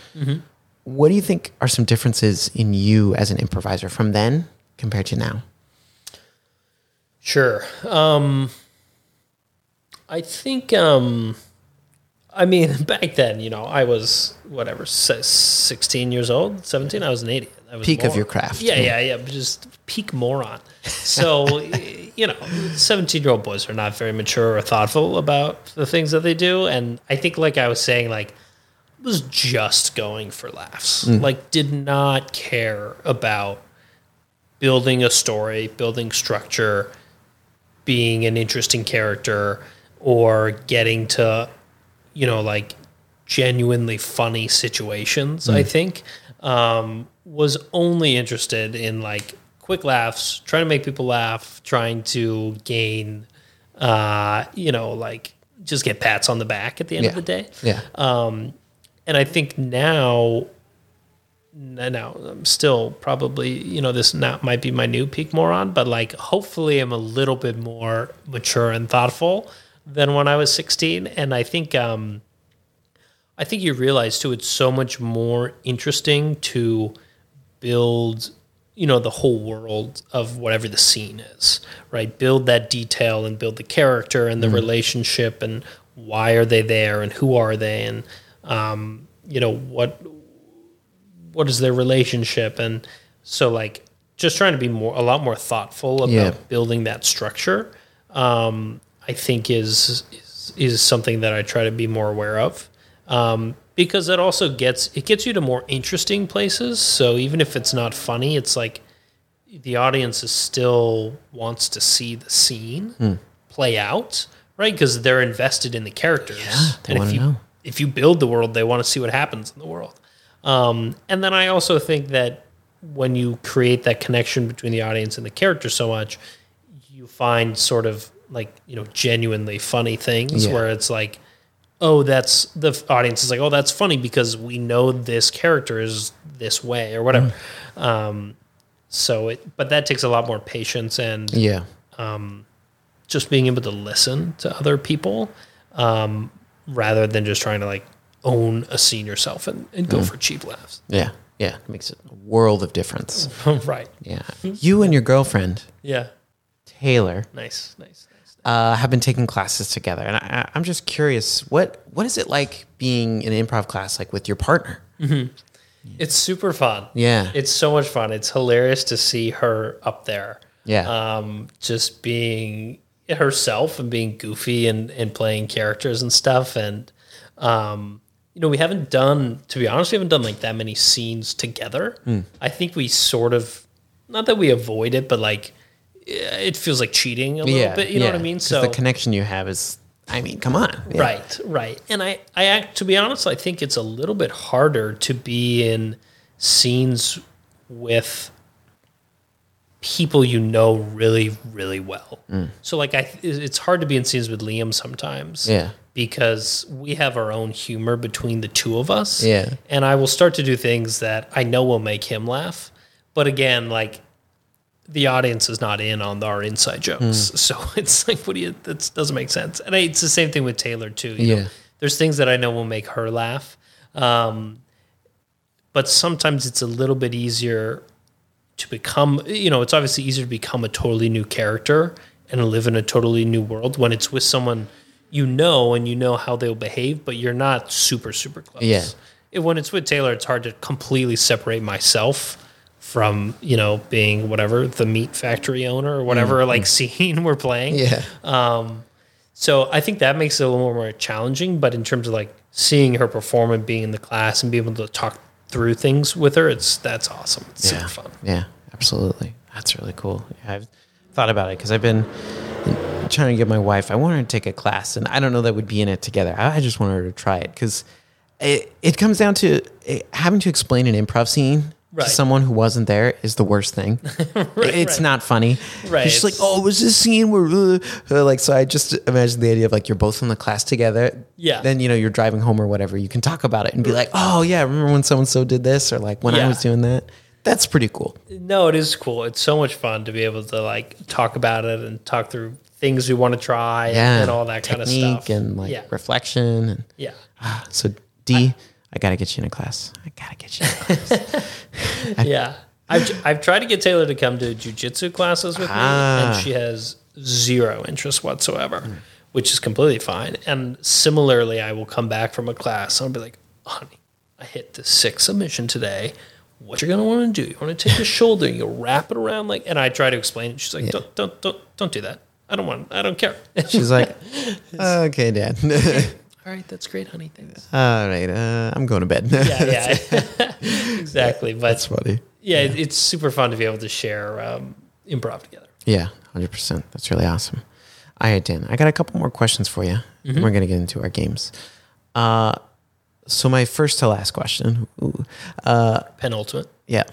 Speaker 1: what do you think are some differences in you as an improviser from then compared to now?
Speaker 2: Sure. Um, I think, um, I mean, *laughs* back then, you know, I was whatever, si- 16 years old, 17, I was an idiot. I was
Speaker 1: Peak
Speaker 2: a
Speaker 1: of your
Speaker 2: moron.
Speaker 1: craft.
Speaker 2: Yeah, yeah, yeah. but Just peak moron. So, *laughs* y- you know, 17 year old boys are not very mature or thoughtful about the things that they do. And I think, like I was saying, like, was just going for laughs.
Speaker 1: Mm.
Speaker 2: Like, did not care about building a story, building structure, being an interesting character, or getting to, you know, like genuinely funny situations, I think, um, was only interested in like quick laughs, trying to make people laugh, trying to gain, uh, you know, like just get pats on the back at the end
Speaker 1: Yeah.
Speaker 2: of the day
Speaker 1: Yeah,
Speaker 2: and I think now, n- now I'm still probably you know this not might be my new peak moron, but like hopefully I'm a little bit more mature and thoughtful than when I was 16, and I think um, I think you realize too it's so much more interesting to build you know the whole world of whatever the scene is right build that detail and build the character and the relationship and why are they there and who are they and um, you know what what is their relationship and so like just trying to be more a lot more thoughtful about
Speaker 1: Yeah.
Speaker 2: building that structure um, i think is, is is something that i try to be more aware of um, because it also gets it gets you to more interesting places so even if it's not funny it's like the audience is still wants to see the scene
Speaker 1: Hmm.
Speaker 2: play out, right? Because they're invested in the characters.
Speaker 1: they
Speaker 2: and
Speaker 1: wanna
Speaker 2: if you
Speaker 1: know.
Speaker 2: if you build the world, they want to see what happens in the world. Um, and then I also think that when you create that connection between the audience and the character so much, you find sort of like you know genuinely funny things
Speaker 1: Yeah.
Speaker 2: where it's like oh, that's the f- audience is like, oh,
Speaker 1: Mm-hmm.
Speaker 2: that's funny because we know this character is this way or whatever. Um, So it, but that takes a lot more patience and
Speaker 1: Yeah.
Speaker 2: just being able to listen to other people um, rather than just trying to like own a scene yourself and, and go for cheap laughs. *laughs*
Speaker 1: Yeah. Yeah. Makes a world of difference.
Speaker 2: right.
Speaker 1: Yeah. You and your girlfriend,
Speaker 2: Yeah.
Speaker 1: Taylor,
Speaker 2: Nice. Nice. Nice.
Speaker 1: uh, have been taking classes together, and I, I- I'm just curious what what is it like being in an improv class like with your partner?
Speaker 2: It's super fun.
Speaker 1: Yeah.
Speaker 2: It's so much fun. It's hilarious to see her up there.
Speaker 1: Yeah.
Speaker 2: Um, just being herself and being goofy and, and playing characters and stuff. And, um, you know, we haven't done, to be honest, we haven't done like that many scenes together.
Speaker 1: Hmm.
Speaker 2: I think we sort of, not that we avoid it, but like, eh, it feels like cheating a little bit. You know what I mean?
Speaker 1: 'Cause the connection you have is, I mean, come on, Yeah.
Speaker 2: Right, right. And I, I act, to be honest, I think it's a little bit harder to be in scenes with people you know really, really well.
Speaker 1: Mm.
Speaker 2: So, like, I, it- it's hard to be in scenes with Liam sometimes.
Speaker 1: Yeah.
Speaker 2: Because we have our own humor between the two of us.
Speaker 1: Yeah.
Speaker 2: And I will start to do things that I know will make him laugh. But again, like, the audience is not in on our inside jokes.
Speaker 1: Hmm.
Speaker 2: So *laughs* it's like, what do you, that doesn't make sense. And I, it's the same thing with Taylor too. you know.
Speaker 1: Yeah.
Speaker 2: There's things that I know will make her laugh. Um, but sometimes it's a little bit easier to become, you know, it's obviously easier to become a totally new character and live in a totally new world when it's with someone you know and you know how they'll behave, but you're not super, super close.
Speaker 1: Yeah.
Speaker 2: It, when it's with Taylor, it's hard to completely separate myself from, you know, being whatever, the meat factory owner or whatever, like *laughs* scene we're playing.
Speaker 1: Mm-hmm. Yeah.
Speaker 2: So I think that makes it a little more challenging. But in terms of like seeing her perform and being in the class and being able to talk through things with her, it's that's awesome. It's
Speaker 1: yeah.
Speaker 2: super fun.
Speaker 1: Yeah, absolutely. That's really cool. Yeah, I've thought about it because I've been trying to get my wife. I want her to take a class, and I don't know that we'd be in it together. I I just want her to try it because it it comes down to it, having to explain an improv scene.
Speaker 2: Right.
Speaker 1: To someone who wasn't there is the worst thing. it's
Speaker 2: *laughs* right.
Speaker 1: not funny.
Speaker 2: Right,
Speaker 1: She's like,
Speaker 2: it's-
Speaker 1: oh, it was this scene where, uh, uh," like, so I just imagine the idea of like you're both in the class together.
Speaker 2: Yeah.
Speaker 1: Then you know you're driving home or whatever. You can talk about it and be like, oh yeah, remember when so and so did this or like when I
Speaker 2: Yeah.
Speaker 1: was doing that. That's pretty cool.
Speaker 2: No, it is cool. It's so much fun to be able to like talk about it and talk through things we want to try and-
Speaker 1: yeah,
Speaker 2: and, all that kind of
Speaker 1: technique
Speaker 2: stuff.
Speaker 1: and like
Speaker 2: yeah,
Speaker 1: reflection. And *gasps*
Speaker 2: yeah.
Speaker 1: ah, so D, I, gotta get you in a class. I gotta get you. In a
Speaker 2: *laughs*
Speaker 1: class.
Speaker 2: yeah. I've, I've tried to get Taylor to come to jujitsu classes with me,
Speaker 1: Ah.
Speaker 2: and she has zero interest whatsoever, which is completely fine. And similarly, I will come back from a class and I'll be like, honey, I hit the sixth submission today. What you're gonna want to do? You want
Speaker 1: *laughs*
Speaker 2: to take the shoulder, you wrap it around like, and I try to explain it. She's like, don't, don't, don't, don't do that. I don't want. I don't care.
Speaker 1: She's like, okay, Dad. *laughs*
Speaker 2: All right, that's great, honey. Thanks.
Speaker 1: All right, uh, I'm going to bed.
Speaker 2: *laughs* Yeah, yeah, *laughs*
Speaker 1: *laughs*
Speaker 2: exactly.
Speaker 1: That's
Speaker 2: But
Speaker 1: funny.
Speaker 2: yeah, it it's super fun to be able to share um, improv together.
Speaker 1: Yeah, hundred percent. That's really awesome. All right, Dan, I got a couple more questions for you.
Speaker 2: Mm-hmm.
Speaker 1: and We're gonna get into our games. Uh, so my first to last question. Ooh, uh,
Speaker 2: Penultimate.
Speaker 1: Yeah.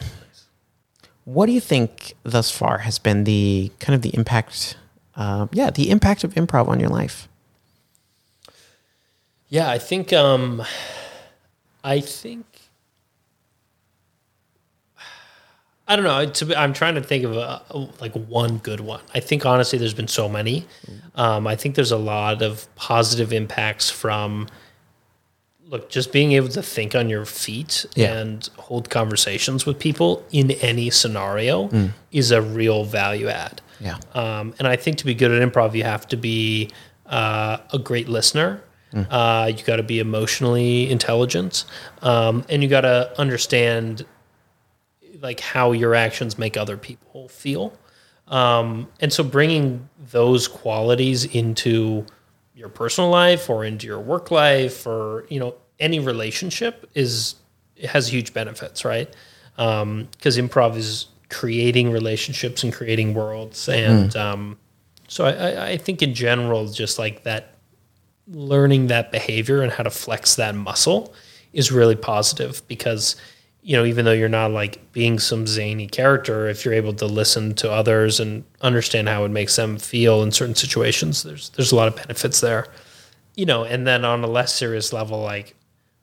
Speaker 1: What do you think thus far has been the kind of the impact? Uh, yeah, the impact of improv on your life.
Speaker 2: Yeah, I think um I think I don't know. I- To be, I'm trying to think of a, like one good one. I think honestly, there's been so many. Um, I think there's a lot of positive impacts from look just being able to think on your feet
Speaker 1: Yeah.
Speaker 2: and hold conversations with people in any scenario is a real value add.
Speaker 1: Yeah.
Speaker 2: Um, and I think to be good at improv, you have to be uh, a great listener. Uh, you got to be emotionally intelligent, um, and you got to understand like how your actions make other people feel. Um, and so bringing those qualities into your personal life or into your work life or you know any relationship is it has huge benefits, right? Because improv is creating relationships and creating worlds, and um, so I, I, I think in general, just like that learning that behavior and how to flex that muscle is really positive because you know even though you're not like being some zany character if you're able to listen to others and understand how it makes them feel in certain situations there's there's a lot of benefits there you know and then on a less serious level like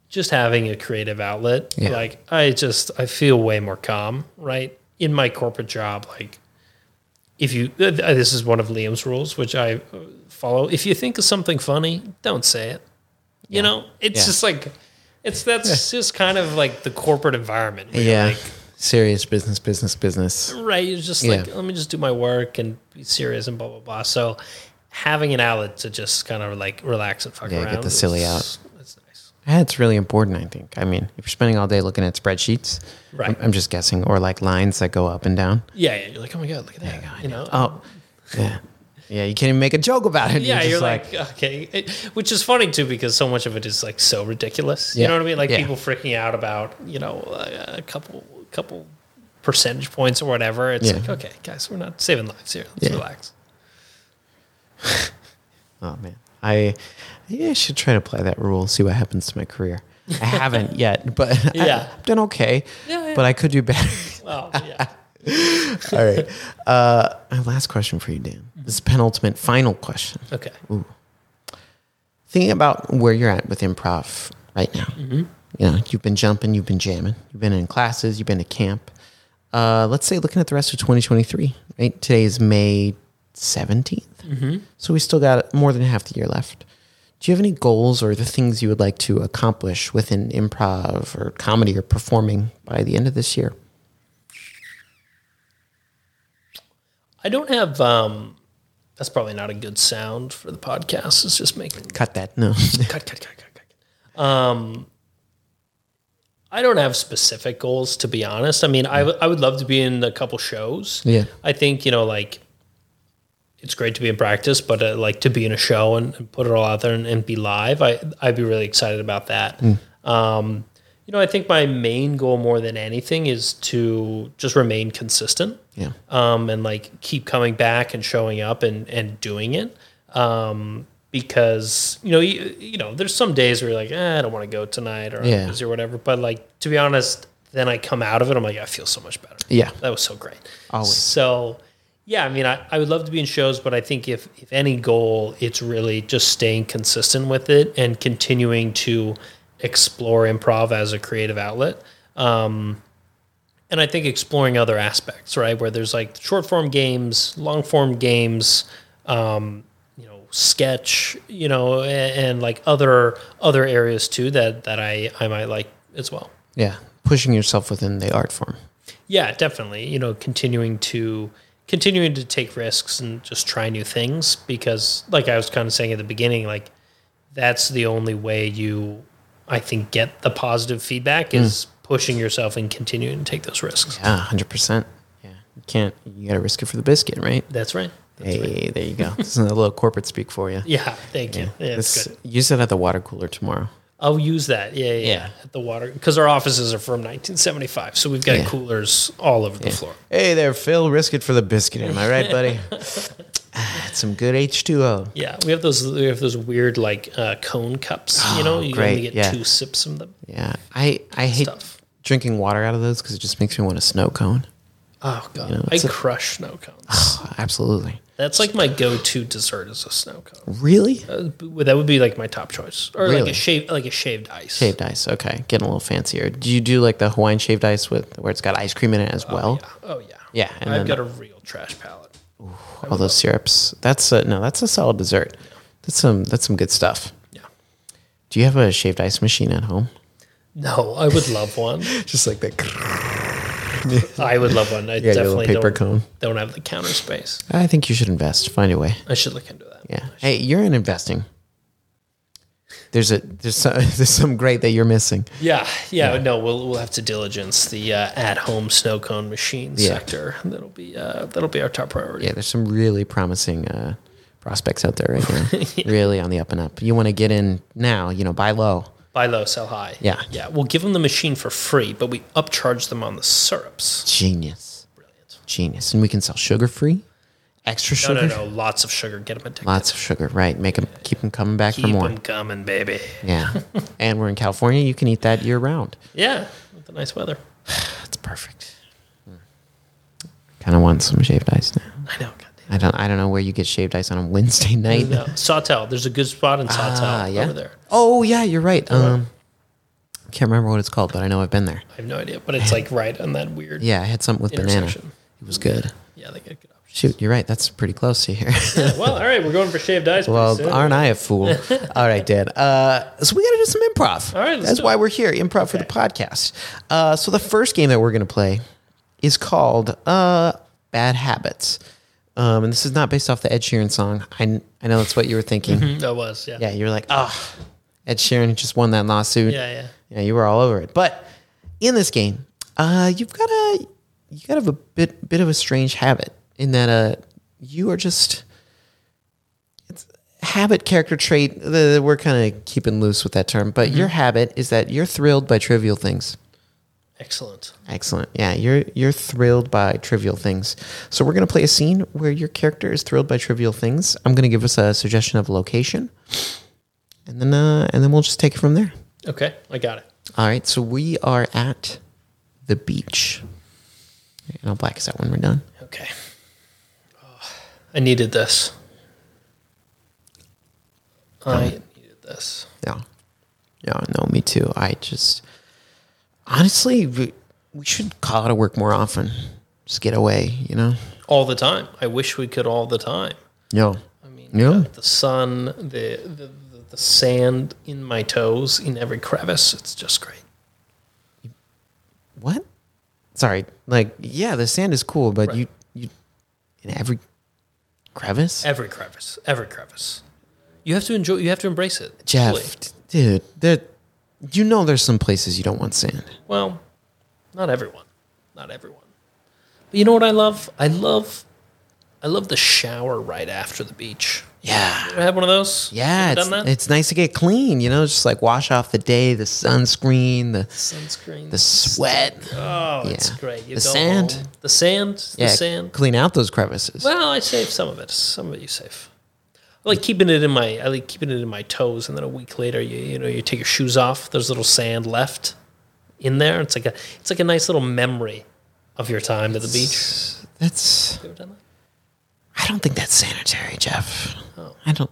Speaker 2: just having a creative outlet
Speaker 1: Yeah.
Speaker 2: like i just i feel way more calm right in my corporate job, like if you uh, this is one of Liam's rules, which I uh, follow. If you think of something funny, don't say it. You know, it's
Speaker 1: Yeah.
Speaker 2: just like it's that's just kind of like the corporate environment. where you're
Speaker 1: yeah.
Speaker 2: like,
Speaker 1: Serious business, business, business.
Speaker 2: right. It's just
Speaker 1: Yeah.
Speaker 2: like let me just do my work and be serious and blah blah blah. So having an outlet to just kind of like relax and fuck
Speaker 1: Yeah,
Speaker 2: around.
Speaker 1: get the silly
Speaker 2: is- That's nice.
Speaker 1: That's really important, I think. I mean, if you're spending all day looking at spreadsheets,
Speaker 2: Right.
Speaker 1: I'm, I'm just guessing, or like lines that go up and down.
Speaker 2: Yeah, yeah, you're like, oh my god, look at that guy. You know,
Speaker 1: Oh, yeah. Yeah, you can't even make a joke about it.
Speaker 2: Yeah,
Speaker 1: just
Speaker 2: you're, like, okay, it, which is funny too because so much of it is like so ridiculous. You
Speaker 1: Yeah.
Speaker 2: know what I mean? Like
Speaker 1: Yeah.
Speaker 2: people freaking out about you know uh, a couple couple percentage points or whatever. It's
Speaker 1: Yeah.
Speaker 2: like okay, guys, we're not saving lives here. Let's
Speaker 1: Yeah.
Speaker 2: relax.
Speaker 1: Oh man, I yeah, I should try to apply that rule. See what happens to my career. I
Speaker 2: *laughs*
Speaker 1: haven't yet, but *laughs*
Speaker 2: Yeah.
Speaker 1: I, have done okay.
Speaker 2: Yeah, yeah.
Speaker 1: But I could do better.
Speaker 2: Well,
Speaker 1: *laughs*
Speaker 2: yeah,
Speaker 1: All right. Uh, my last question for you, Dan. This is penultimate, final question.
Speaker 2: okay.
Speaker 1: Thinking about where you're at with improv right now. You know, you've been jumping, you've been jamming, you've been in classes, you've been to camp. Uh, let's say looking at the rest of 2023. Right, today is May 17th, so we still got more than half the year left. Do you have any goals or the things you would like to accomplish within improv or comedy or performing by the end of this year?
Speaker 2: I don't have. um That's probably not a good sound for the podcast. It's just making
Speaker 1: Cut that. No. *laughs*
Speaker 2: cut, cut, cut, cut, cut. Um, I don't have specific goals to be honest. I mean, I w- I would love to be in a couple shows.
Speaker 1: Yeah.
Speaker 2: I think you know, like, it's great to be in practice, but uh, like to be in a show and, and put it all out there and, and be live, I I'd be really excited about that. Um, you know, I think my main goal more than anything is to just remain consistent
Speaker 1: yeah.
Speaker 2: um, and like keep coming back and showing up and and doing it um, because you know you, you know there's some days where you're like eh, I don't want to go tonight or
Speaker 1: Yeah.
Speaker 2: I'm busy or whatever but like to be honest then I come out of it I'm like I feel so much better
Speaker 1: Yeah.
Speaker 2: that was so great
Speaker 1: Always.
Speaker 2: so yeah I mean I, I would love to be in shows but I think if if any goal it's really just staying consistent with it and continuing to explore improv as a creative outlet Um, and I think exploring other aspects, right? Where there's like short form games, long form games, um, you know, sketch, you know, and, and like other other areas too that that I I might like as well.
Speaker 1: Yeah. Pushing yourself within the art form.
Speaker 2: Yeah, definitely. You know, continuing to continuing to take risks and just try new things because like I was kind of saying at the beginning, like that's the only way you I think get the positive
Speaker 1: Hmm.
Speaker 2: feedback is pushing yourself and continuing to take those risks.
Speaker 1: Yeah, hundred percent. Yeah, you can't. You got to risk it for the biscuit, right?
Speaker 2: That's right. That's right.
Speaker 1: Hey, there you
Speaker 2: *laughs*
Speaker 1: go. this is a little corporate speak for you.
Speaker 2: Yeah, thank you. Yeah, that's
Speaker 1: This-
Speaker 2: good.
Speaker 1: Use that at the water cooler tomorrow.
Speaker 2: I'll use that. Yeah, yeah.
Speaker 1: Yeah.
Speaker 2: yeah. At the water, because our offices are from 1975, so we've got
Speaker 1: Yeah.
Speaker 2: coolers all over the floor.
Speaker 1: Hey there, Phil. Risk it for the biscuit. Am I right,
Speaker 2: *laughs*
Speaker 1: buddy? Ah, it's some good H two O.
Speaker 2: Yeah, we have those. We have those weird like uh, cone cups.
Speaker 1: *gasps*
Speaker 2: you know, you
Speaker 1: great,
Speaker 2: only get
Speaker 1: yeah.
Speaker 2: two sips from them.
Speaker 1: Yeah, I I hate
Speaker 2: Stuff.
Speaker 1: drinking water out of those because it just makes me want a snow cone. *sighs*
Speaker 2: Oh god, I
Speaker 1: it's a-
Speaker 2: crush snow cones.
Speaker 1: Oh, absolutely.
Speaker 2: That's like my go-to dessert is a snow cone.
Speaker 1: Really?
Speaker 2: Uh, but That would be like my top choice, or like
Speaker 1: Mm. Really?
Speaker 2: a shaved, like a shaved ice.
Speaker 1: Shaved ice. Okay, getting a little fancier. Do you do like the Hawaiian shaved ice with where it's got ice cream in it as well?
Speaker 2: Yeah. Oh yeah.
Speaker 1: Yeah, and
Speaker 2: I've
Speaker 1: then-
Speaker 2: got a real trash palate.
Speaker 1: All those syrups. That's a, no. That's a solid dessert. That's some. That's some good stuff.
Speaker 2: Yeah.
Speaker 1: Do you have a shaved ice machine at home?
Speaker 2: No, I would love
Speaker 1: *laughs*
Speaker 2: one.
Speaker 1: Just like that.
Speaker 2: I would love one. I
Speaker 1: your little
Speaker 2: definitely
Speaker 1: paper
Speaker 2: don't,
Speaker 1: cone.
Speaker 2: don't have the counter space.
Speaker 1: I think you should invest. Find a way.
Speaker 2: I should look into that.
Speaker 1: Yeah. Hey, you're in investing. There's a there's some, *laughs* there's some great that you're missing.
Speaker 2: Yeah, yeah, no, we'll we'll have to diligence the uh, at-home snow cone machine
Speaker 1: Yeah.
Speaker 2: sector. That'll be uh, that'll be our top priority.
Speaker 1: Yeah, there's some really promising uh, prospects out there right now.
Speaker 2: *laughs*
Speaker 1: Really on the up and up. You want to get in now. You know, buy low.
Speaker 2: Buy low, sell high.
Speaker 1: Yeah.
Speaker 2: yeah. We'll give them the machine for free, but we upcharge them on the syrups.
Speaker 1: Genius,
Speaker 2: Brilliant.
Speaker 1: genius, and we can sell sugar free, extra
Speaker 2: No,
Speaker 1: sugar.
Speaker 2: no, no. Lots of sugar. Get them addicted.
Speaker 1: Lots of sugar, right? Make them keep them coming back for
Speaker 2: Keep
Speaker 1: more.
Speaker 2: them coming, baby.
Speaker 1: Yeah, *laughs* and we're in California. You can eat that year round.
Speaker 2: Yeah, with the nice weather.
Speaker 1: That's perfect. Kind of want some shaved ice now.
Speaker 2: I know. Goddamn.
Speaker 1: I don't. I don't know where you get shaved ice on a Wednesday night.
Speaker 2: No, Sawtell. There's a good spot in Sawtell
Speaker 1: Ah, yeah.
Speaker 2: over there.
Speaker 1: Oh yeah, you're right. Um, Can't remember what it's called, but I know I've been there.
Speaker 2: I have no idea, but it's like right on that weird.
Speaker 1: Yeah, I had something with banana.
Speaker 2: Intersection.
Speaker 1: It was good.
Speaker 2: Yeah, they get good
Speaker 1: *laughs*
Speaker 2: options.
Speaker 1: Shoot, you're right. That's pretty close to here.
Speaker 2: well, all right, we're going for shaved ice. pretty
Speaker 1: well,
Speaker 2: soon.
Speaker 1: aren't I a
Speaker 2: *laughs*
Speaker 1: fool? All right, Dan. Uh, so we got to do some improv.
Speaker 2: All right, let's
Speaker 1: that's
Speaker 2: do
Speaker 1: why
Speaker 2: it.
Speaker 1: we're here. Improv for the podcast. Uh, so the first game that we're going to play is called uh, Bad Habits, um, and this is not based off the Ed Sheeran song. I, kn- I know that's what you were thinking.
Speaker 2: Mm, that was yeah.
Speaker 1: Yeah, you're like, oh, Ed Sheeran just won that lawsuit.
Speaker 2: Yeah, yeah.
Speaker 1: Yeah, you were all over it. But in this game, uh, you've got a you got a bit bit of a strange habit in that uh, you are just it's habit character trait. The, we're kind of keeping loose with that term, but your habit is that you're thrilled by trivial things.
Speaker 2: Excellent.
Speaker 1: Excellent. Yeah, you're you're thrilled by trivial things. So we're gonna play a scene where your character is thrilled by trivial things. I'm gonna give us a suggestion of a location, and then uh, and then we'll just take it from there.
Speaker 2: Okay, I got it.
Speaker 1: All right. So we are at the beach, and I'll black us out when we're done.
Speaker 2: Okay. Oh, I needed this. I needed this.
Speaker 1: Yeah. Yeah. No, me too. I just honestly, we, we should call out of work more often. Just get away, you know.
Speaker 2: All the time. I wish we could all the time.
Speaker 1: Yeah.
Speaker 2: I mean,
Speaker 1: Yeah.
Speaker 2: the sun, the, the, the, the sand in my toes, in every crevice. It's just great.
Speaker 1: What? Sorry. Like, yeah, the sand is cool, but you you in every crevice.
Speaker 2: Every crevice. Every crevice. You have to enjoy, you have to embrace it. fully.
Speaker 1: Jeff, d- dude, there. You know, there's some places you don't want sand.
Speaker 2: Well, not everyone. Not everyone. But you know what I love? I love I love the shower right after the beach.
Speaker 1: Yeah.
Speaker 2: Ever had one of those?
Speaker 1: Yeah,
Speaker 2: Ever
Speaker 1: it's,
Speaker 2: done that?
Speaker 1: it's nice to get clean, you know, just like wash off the day, the sunscreen, the
Speaker 2: Sunscreen.
Speaker 1: the sweat.
Speaker 2: oh, it's
Speaker 1: yeah.
Speaker 2: great. You
Speaker 1: The
Speaker 2: go
Speaker 1: sand.
Speaker 2: home. The sand.
Speaker 1: Yeah,
Speaker 2: The sand.
Speaker 1: clean out those crevices.
Speaker 2: Well, I save some of it. Some of it you save. I like keeping it in my I like keeping it in my toes, and then a week later, you you know you take your shoes off. There's little sand left in there. It's like a it's like a nice little memory of your time at the beach.
Speaker 1: That's
Speaker 2: You ever done that?
Speaker 1: I don't think that's sanitary, Jeff.
Speaker 2: Oh.
Speaker 1: I don't.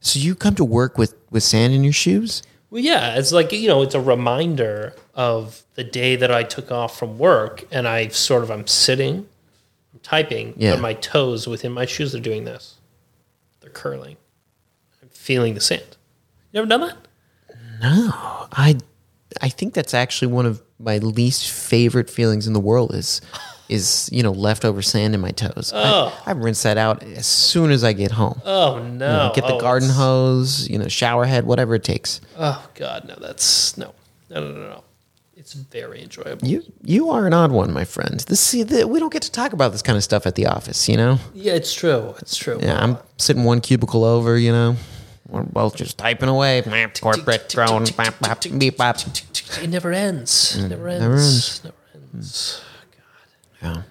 Speaker 1: So you come to work with with sand in your shoes?
Speaker 2: Well, yeah, it's like you know, it's a reminder of the day that I took off from work, and I sort of I'm sitting, I'm typing,
Speaker 1: Yeah.
Speaker 2: but my toes within my shoes are doing this. They're curling. I'm feeling the sand. You ever done that?
Speaker 1: No, I I think that's actually one of my least favorite feelings in the world
Speaker 2: *laughs*
Speaker 1: is is you know leftover sand in my toes.
Speaker 2: Oh.
Speaker 1: I, I rinse that out as soon as I get home.
Speaker 2: Oh no!
Speaker 1: You know, get the
Speaker 2: Oh,
Speaker 1: garden
Speaker 2: it's-
Speaker 1: hose, you know, shower head, whatever it takes.
Speaker 2: Oh god, no! That's no, no, no, no, no. It's very enjoyable.
Speaker 1: You you are an odd one, my friend. This see, the, we don't get to talk about this kind of stuff at the office, you know.
Speaker 2: Yeah, it's true. It's true.
Speaker 1: Yeah, I'm sitting one cubicle over, you know. We're both just typing away. Meh, Corporate drone. bap, bap, beep, bap.
Speaker 2: It never ends. Never ends. Never
Speaker 1: never
Speaker 2: ends. Never ends.
Speaker 1: Yeah,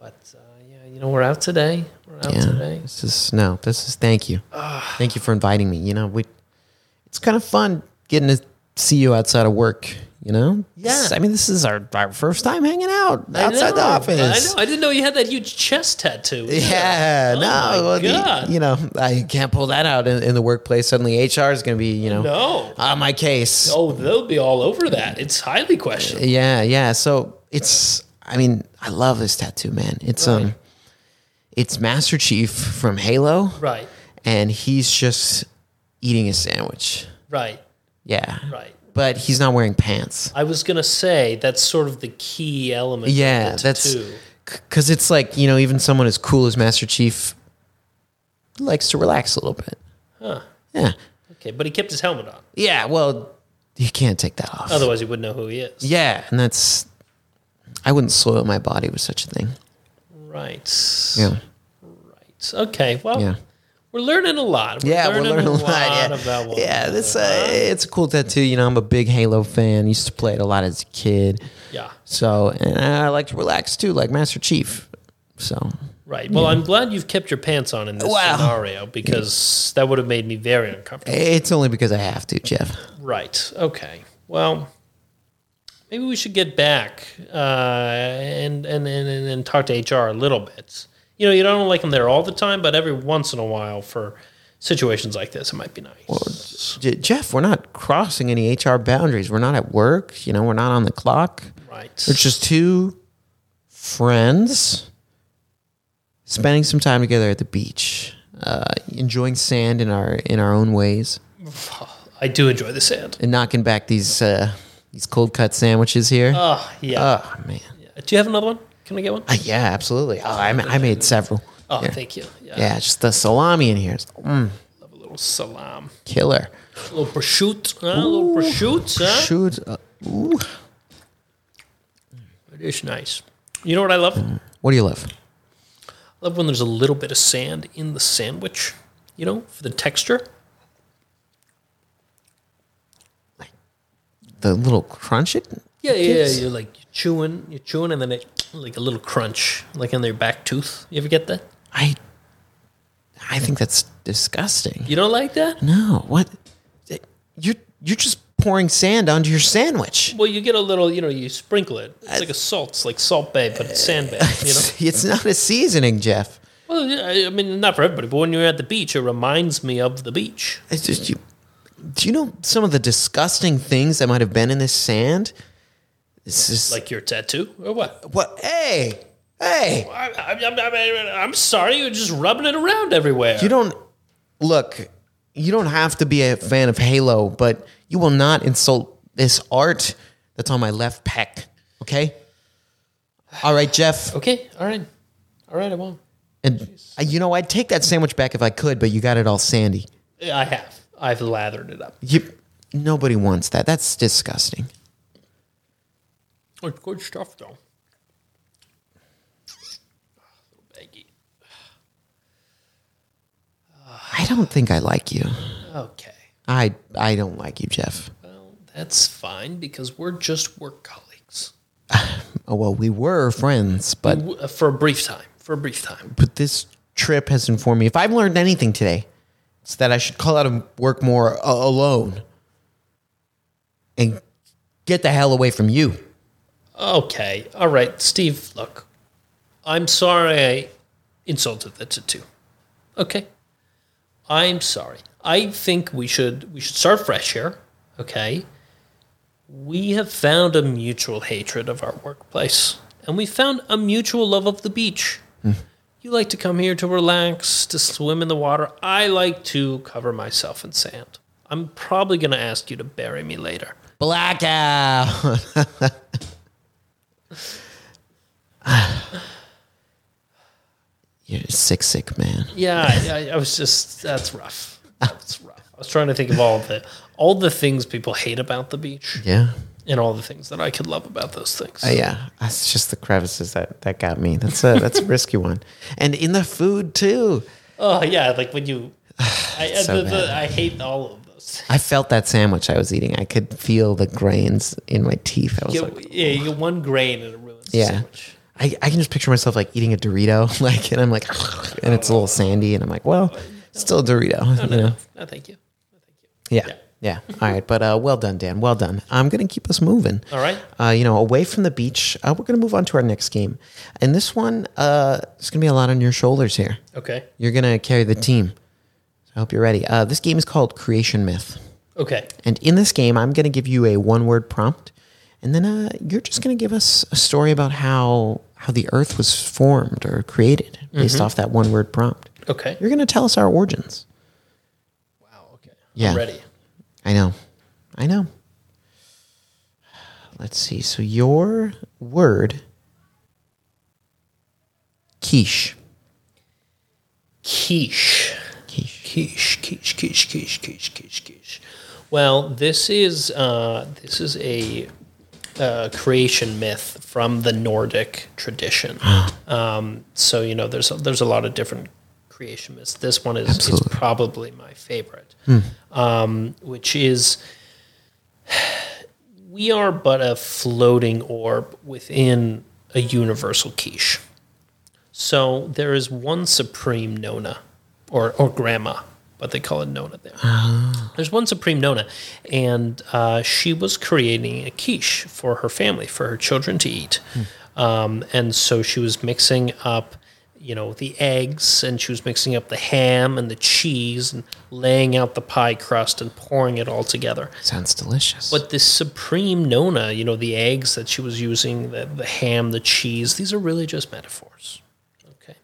Speaker 2: But uh, yeah, you know, we're out today. We're out
Speaker 1: yeah.
Speaker 2: today.
Speaker 1: This is no. This is thank you. Thank you for inviting me. You know, we. It's kind of fun getting to see you outside of work. You know.
Speaker 2: Yeah.
Speaker 1: This- I mean, this is our, our first time hanging out outside the
Speaker 2: know.
Speaker 1: office.
Speaker 2: I know. I didn't know you had that huge chest tattoo.
Speaker 1: *laughs* Yeah,
Speaker 2: Oh
Speaker 1: no,
Speaker 2: my
Speaker 1: well, the-
Speaker 2: God.
Speaker 1: you know, I can't pull that out in, in the workplace. Suddenly, HR is going to be, you know,
Speaker 2: No.
Speaker 1: on my case.
Speaker 2: Oh, they'll be all over that. It's highly questioned.
Speaker 1: Yeah, yeah. So it's, I mean, I love this tattoo, man. It's um, it's Master Chief from Halo,
Speaker 2: Right.
Speaker 1: and he's just eating a sandwich.
Speaker 2: Right.
Speaker 1: Yeah,
Speaker 2: Right.
Speaker 1: but he's not wearing pants.
Speaker 2: I was gonna say that's sort of the key element.
Speaker 1: Yeah,
Speaker 2: of the
Speaker 1: that's
Speaker 2: tattoo.
Speaker 1: because it's like you know, even someone as cool as Master Chief likes to relax a little bit.
Speaker 2: Huh.
Speaker 1: Yeah,
Speaker 2: okay. But he kept his helmet on,
Speaker 1: yeah. Well, you can't take that off.
Speaker 2: otherwise he wouldn't know who he is.
Speaker 1: Yeah, and that's I wouldn't soil my body with such a thing.
Speaker 2: Right.
Speaker 1: Yeah,
Speaker 2: Right. Okay. Well,
Speaker 1: yeah,
Speaker 2: we're learning a lot. We're
Speaker 1: yeah. We're learning a lot. yeah,
Speaker 2: about one
Speaker 1: yeah.
Speaker 2: another.
Speaker 1: This uh, it's a cool tattoo. You know, I'm a big Halo fan. Used to play it a lot as a kid.
Speaker 2: yeah.
Speaker 1: So, and I like to relax too, like Master Chief. So,
Speaker 2: Right. Well, I'm glad you've kept your pants on in this
Speaker 1: Wow.
Speaker 2: scenario because that would have made me very uncomfortable.
Speaker 1: it's only because I have to, Jeff.
Speaker 2: Right. Okay. Well, maybe we should get back uh, and, and, and, and, and talk to HR a little bit. You know, you don't like them there all the time, but every once in a while for situations like this, it might be nice.
Speaker 1: J- Jeff, we're not crossing any HR boundaries. We're not at work. You know, we're not on the clock.
Speaker 2: right.
Speaker 1: We're just two friends spending some time together at the beach, uh, enjoying sand in our in our own ways,
Speaker 2: I do enjoy the sand.
Speaker 1: and knocking back these uh, these cold cut sandwiches here.
Speaker 2: Oh, yeah.
Speaker 1: oh man,
Speaker 2: Uh, Do you have another one? Can I get one?
Speaker 1: Uh, yeah, absolutely. Oh, I, ma- I made several.
Speaker 2: Oh, thank you. Yeah.
Speaker 1: Yeah, just the salami in here is mm,
Speaker 2: Love a little salam.
Speaker 1: killer.
Speaker 2: A little prosciutto. Huh? A little prosciutto. Huh?
Speaker 1: Shoot, uh, ooh.
Speaker 2: It is nice. You know what I love?
Speaker 1: what do you love?
Speaker 2: I love when there's a little bit of sand in the sandwich, you know, for the texture.
Speaker 1: The little crunch it.
Speaker 2: Yeah, yeah, yeah.
Speaker 1: gives?
Speaker 2: You're like you're chewing, you're chewing, and then it like a little crunch, like in their back tooth. You ever get that?
Speaker 1: I I think that's disgusting.
Speaker 2: You don't like that?
Speaker 1: No, what? You're you're just pouring sand onto your sandwich.
Speaker 2: Well, you get a little, you know, you sprinkle it. It's like a salt. It's like salt bay, but it's sand bay. You *laughs*
Speaker 1: *laughs*
Speaker 2: know.
Speaker 1: It's not a seasoning, Jeff.
Speaker 2: Well, yeah, I mean, not for everybody, but when you're at the beach, it reminds me of the beach.
Speaker 1: It's just you. Do you know some of the disgusting things that might have been in this sand? This is like
Speaker 2: Like your tattoo or what?
Speaker 1: what? Hey, hey.
Speaker 2: I, I, I, I, I'm sorry, you're just rubbing it around everywhere.
Speaker 1: You don't look. You don't have to be a fan of Halo, but you will not insult this art that's on my left pec. Okay. All right, Jeff.
Speaker 2: okay, all right, all right, I won't.
Speaker 1: And uh, you know, I'd take that sandwich back if I could, but you got it all sandy.
Speaker 2: I have. I've lathered it up.
Speaker 1: You, nobody wants that. That's disgusting.
Speaker 2: It's good stuff, though. Baggy.
Speaker 1: I don't think I like you.
Speaker 2: Okay.
Speaker 1: I I don't like you, Jeff.
Speaker 2: Well, that's fine because we're just work colleagues
Speaker 1: Oh well, we were friends, but
Speaker 2: W- uh, for a brief time. For a brief time.
Speaker 1: but this trip has informed me. If I've learned anything today, it's that I should call out and work more a- alone and get the hell away from you.
Speaker 2: Okay. All right, Steve. Look, I'm sorry I insulted the tattoo. Okay. I'm sorry. I think we should we should start fresh here. Okay. We have found a mutual hatred of our workplace, and we found a mutual love of the beach. You like to come here to relax, to swim in the water. I like to cover myself in sand. I'm probably going to ask you to bury me later.
Speaker 1: Blackout. *sighs* You're a sick, sick man.
Speaker 2: Yeah, I, I- I was just that's rough. That's rough. I was trying to think of all the all the things people hate about the beach,
Speaker 1: Yeah.
Speaker 2: and all the things that I could love about those things.
Speaker 1: Uh, yeah, that's just the crevices that, that got me. That's a that's a risky one, and in the food too.
Speaker 2: oh yeah, like
Speaker 1: *sighs*
Speaker 2: when you, I uh,
Speaker 1: so
Speaker 2: the, the, I hate all of those.
Speaker 1: I felt that sandwich I was eating. I could feel the grains in my teeth. I was
Speaker 2: You,
Speaker 1: like,
Speaker 2: yeah, you get one grain and it ruins the
Speaker 1: Yeah.
Speaker 2: sandwich.
Speaker 1: I, I can just picture myself like eating a Dorito, *laughs* like, and I'm like, and it's a little sandy, and I'm like, well, still a Dorito, you know?
Speaker 2: No, thank you. No, thank you.
Speaker 1: Yeah, yeah. All right, but uh, well done, Dan. Well done. I'm gonna keep us moving.
Speaker 2: All right.
Speaker 1: Uh, you know, away from the beach, uh, we're gonna move on to our next game, and this one, uh, it's gonna be a lot on your shoulders here.
Speaker 2: Okay.
Speaker 1: You're gonna carry the team. So I hope you're ready. Uh, this game is called Creation Myth.
Speaker 2: Okay.
Speaker 1: And in this game, I'm going to give you a one word prompt, and then uh, you're just going to give us a story about how how the Earth was formed or created based off that one word prompt.
Speaker 2: Okay.
Speaker 1: You're going to tell us our origins.
Speaker 2: Wow. Okay.
Speaker 1: Yeah.
Speaker 2: I'm ready.
Speaker 1: I know, I know. *sighs* Let's see. So your word, quiche,
Speaker 2: Quiche.
Speaker 1: quiche.
Speaker 2: Quiche, quiche, quiche, quiche, quiche, quiche, quiche. Well, this is uh, this is a uh, creation myth from the Nordic tradition. um, so you know, there's a, there's a lot of different creation myths. This one is, is probably my favorite, um, which is *sighs* we are but a floating orb within a universal quiche. So there is one supreme Nona, or or Grandma, but they call it Nona there. There's one supreme Nona, and uh, she was creating a quiche for her family, for her children to eat, um, and so she was mixing up you know, the eggs and she was mixing up the ham and the cheese and laying out the pie crust and pouring it all together.
Speaker 1: Sounds delicious.
Speaker 2: But this supreme nona, you know, the eggs that she was using, the, the ham, the cheese, these are really just metaphors. Okay.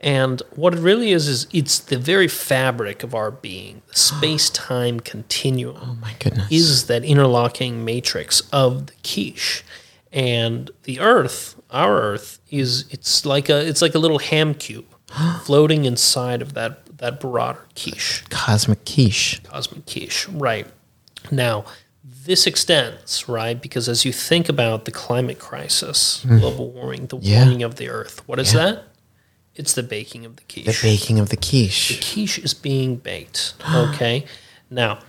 Speaker 2: And what it really is, is it's the very fabric of our being, the space time continuum
Speaker 1: oh my goodness.
Speaker 2: is that interlocking matrix of the quiche and the earth our earth is it's like a it's like a little ham cube floating inside of that that broader quiche
Speaker 1: Cosmic quiche.
Speaker 2: cosmic quiche right now this extends right because as you think about the climate crisis global warming the
Speaker 1: Hmm. Yeah.
Speaker 2: warming of the earth what is that it's the baking of the quiche
Speaker 1: The baking of the quiche.
Speaker 2: quiche is being baked. Okay. now,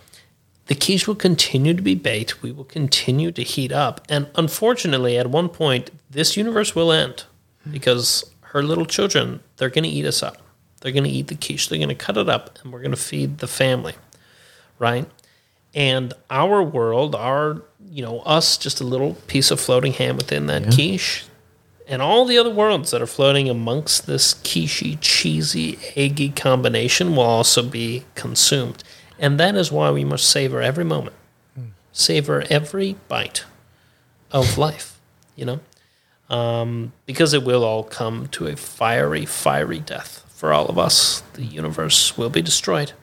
Speaker 2: the quiche will continue to be baked. We will continue to heat up. And unfortunately, at one point, this universe will end because her little children, they're going to eat us up. They're going to eat the quiche. They're going to cut it up and we're going to feed the family. Right. And our world, our, you know, us, just a little piece of floating ham within that quiche, and all the other worlds that are floating amongst this quiche, cheesy, eggy combination will also be consumed. And that is why we must savor every moment, savor every bite of life, you know, um, because it will all come to a fiery, fiery death for all of us. The universe will be destroyed.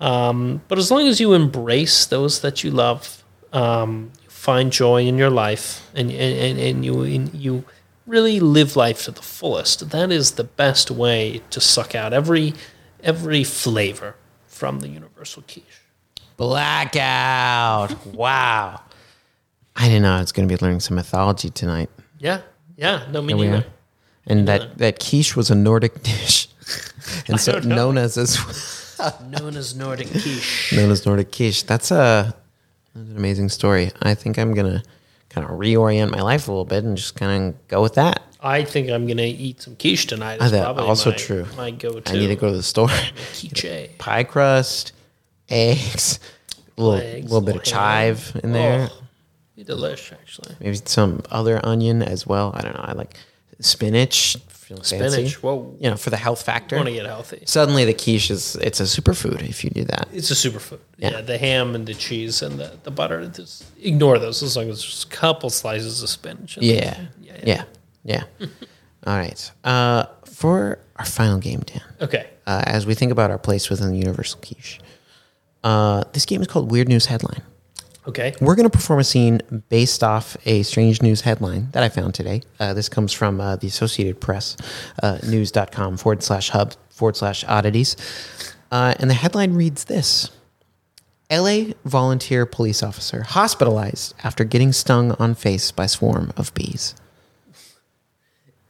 Speaker 2: Um, but as long as you embrace those that you love, um, you find joy in your life, and and, and, and you and you really live life to the fullest. That is the best way to suck out every every flavor from the universal quiche.
Speaker 1: Blackout. Wow. I didn't know I was going to be learning some mythology tonight.
Speaker 2: Yeah, yeah. No, me
Speaker 1: Here we
Speaker 2: neither.
Speaker 1: are. And that, that quiche was a Nordic
Speaker 2: *laughs*
Speaker 1: dish. and so
Speaker 2: don't know.
Speaker 1: known as, as
Speaker 2: Known as Nordic quiche.
Speaker 1: known as Nordic quiche. That's a that's an amazing story. I think I'm going to kind of reorient my life a little bit and just kind of go with that.
Speaker 2: I think I'm gonna eat some quiche tonight. Is
Speaker 1: that
Speaker 2: probably
Speaker 1: also
Speaker 2: my-
Speaker 1: true.
Speaker 2: My go-to.
Speaker 1: I need to go to the store. *laughs*
Speaker 2: quiche.
Speaker 1: Pie crust, eggs, a little,
Speaker 2: Eggs,
Speaker 1: little bit of
Speaker 2: little ham.
Speaker 1: chive in there.
Speaker 2: Oh, be delish, actually.
Speaker 1: Maybe some other onion as well. I don't know. I like spinach. Feeling
Speaker 2: Spinach.
Speaker 1: fancy.
Speaker 2: Whoa.
Speaker 1: You know, for the health factor.
Speaker 2: Want to get healthy.
Speaker 1: Suddenly the quiche is, it's a superfood if you do that.
Speaker 2: It's a superfood. Yeah. the ham and the cheese and the, the butter. Just ignore those as long as there's a couple slices of spinach. in there.
Speaker 1: Yeah. Yeah. Yeah. *laughs* All right. Uh, for our final game, Dan,
Speaker 2: Okay.
Speaker 1: uh, as we think about our place within the universal quiche, uh, this game is called Weird News Headline.
Speaker 2: Okay.
Speaker 1: We're going to perform a scene based off a strange news headline that I found today. Uh, this comes from uh, the Associated Press, uh, news.com forward slash hub forward slash oddities. Uh, and the headline reads this LA volunteer police officer hospitalized after getting stung on face by swarm of bees.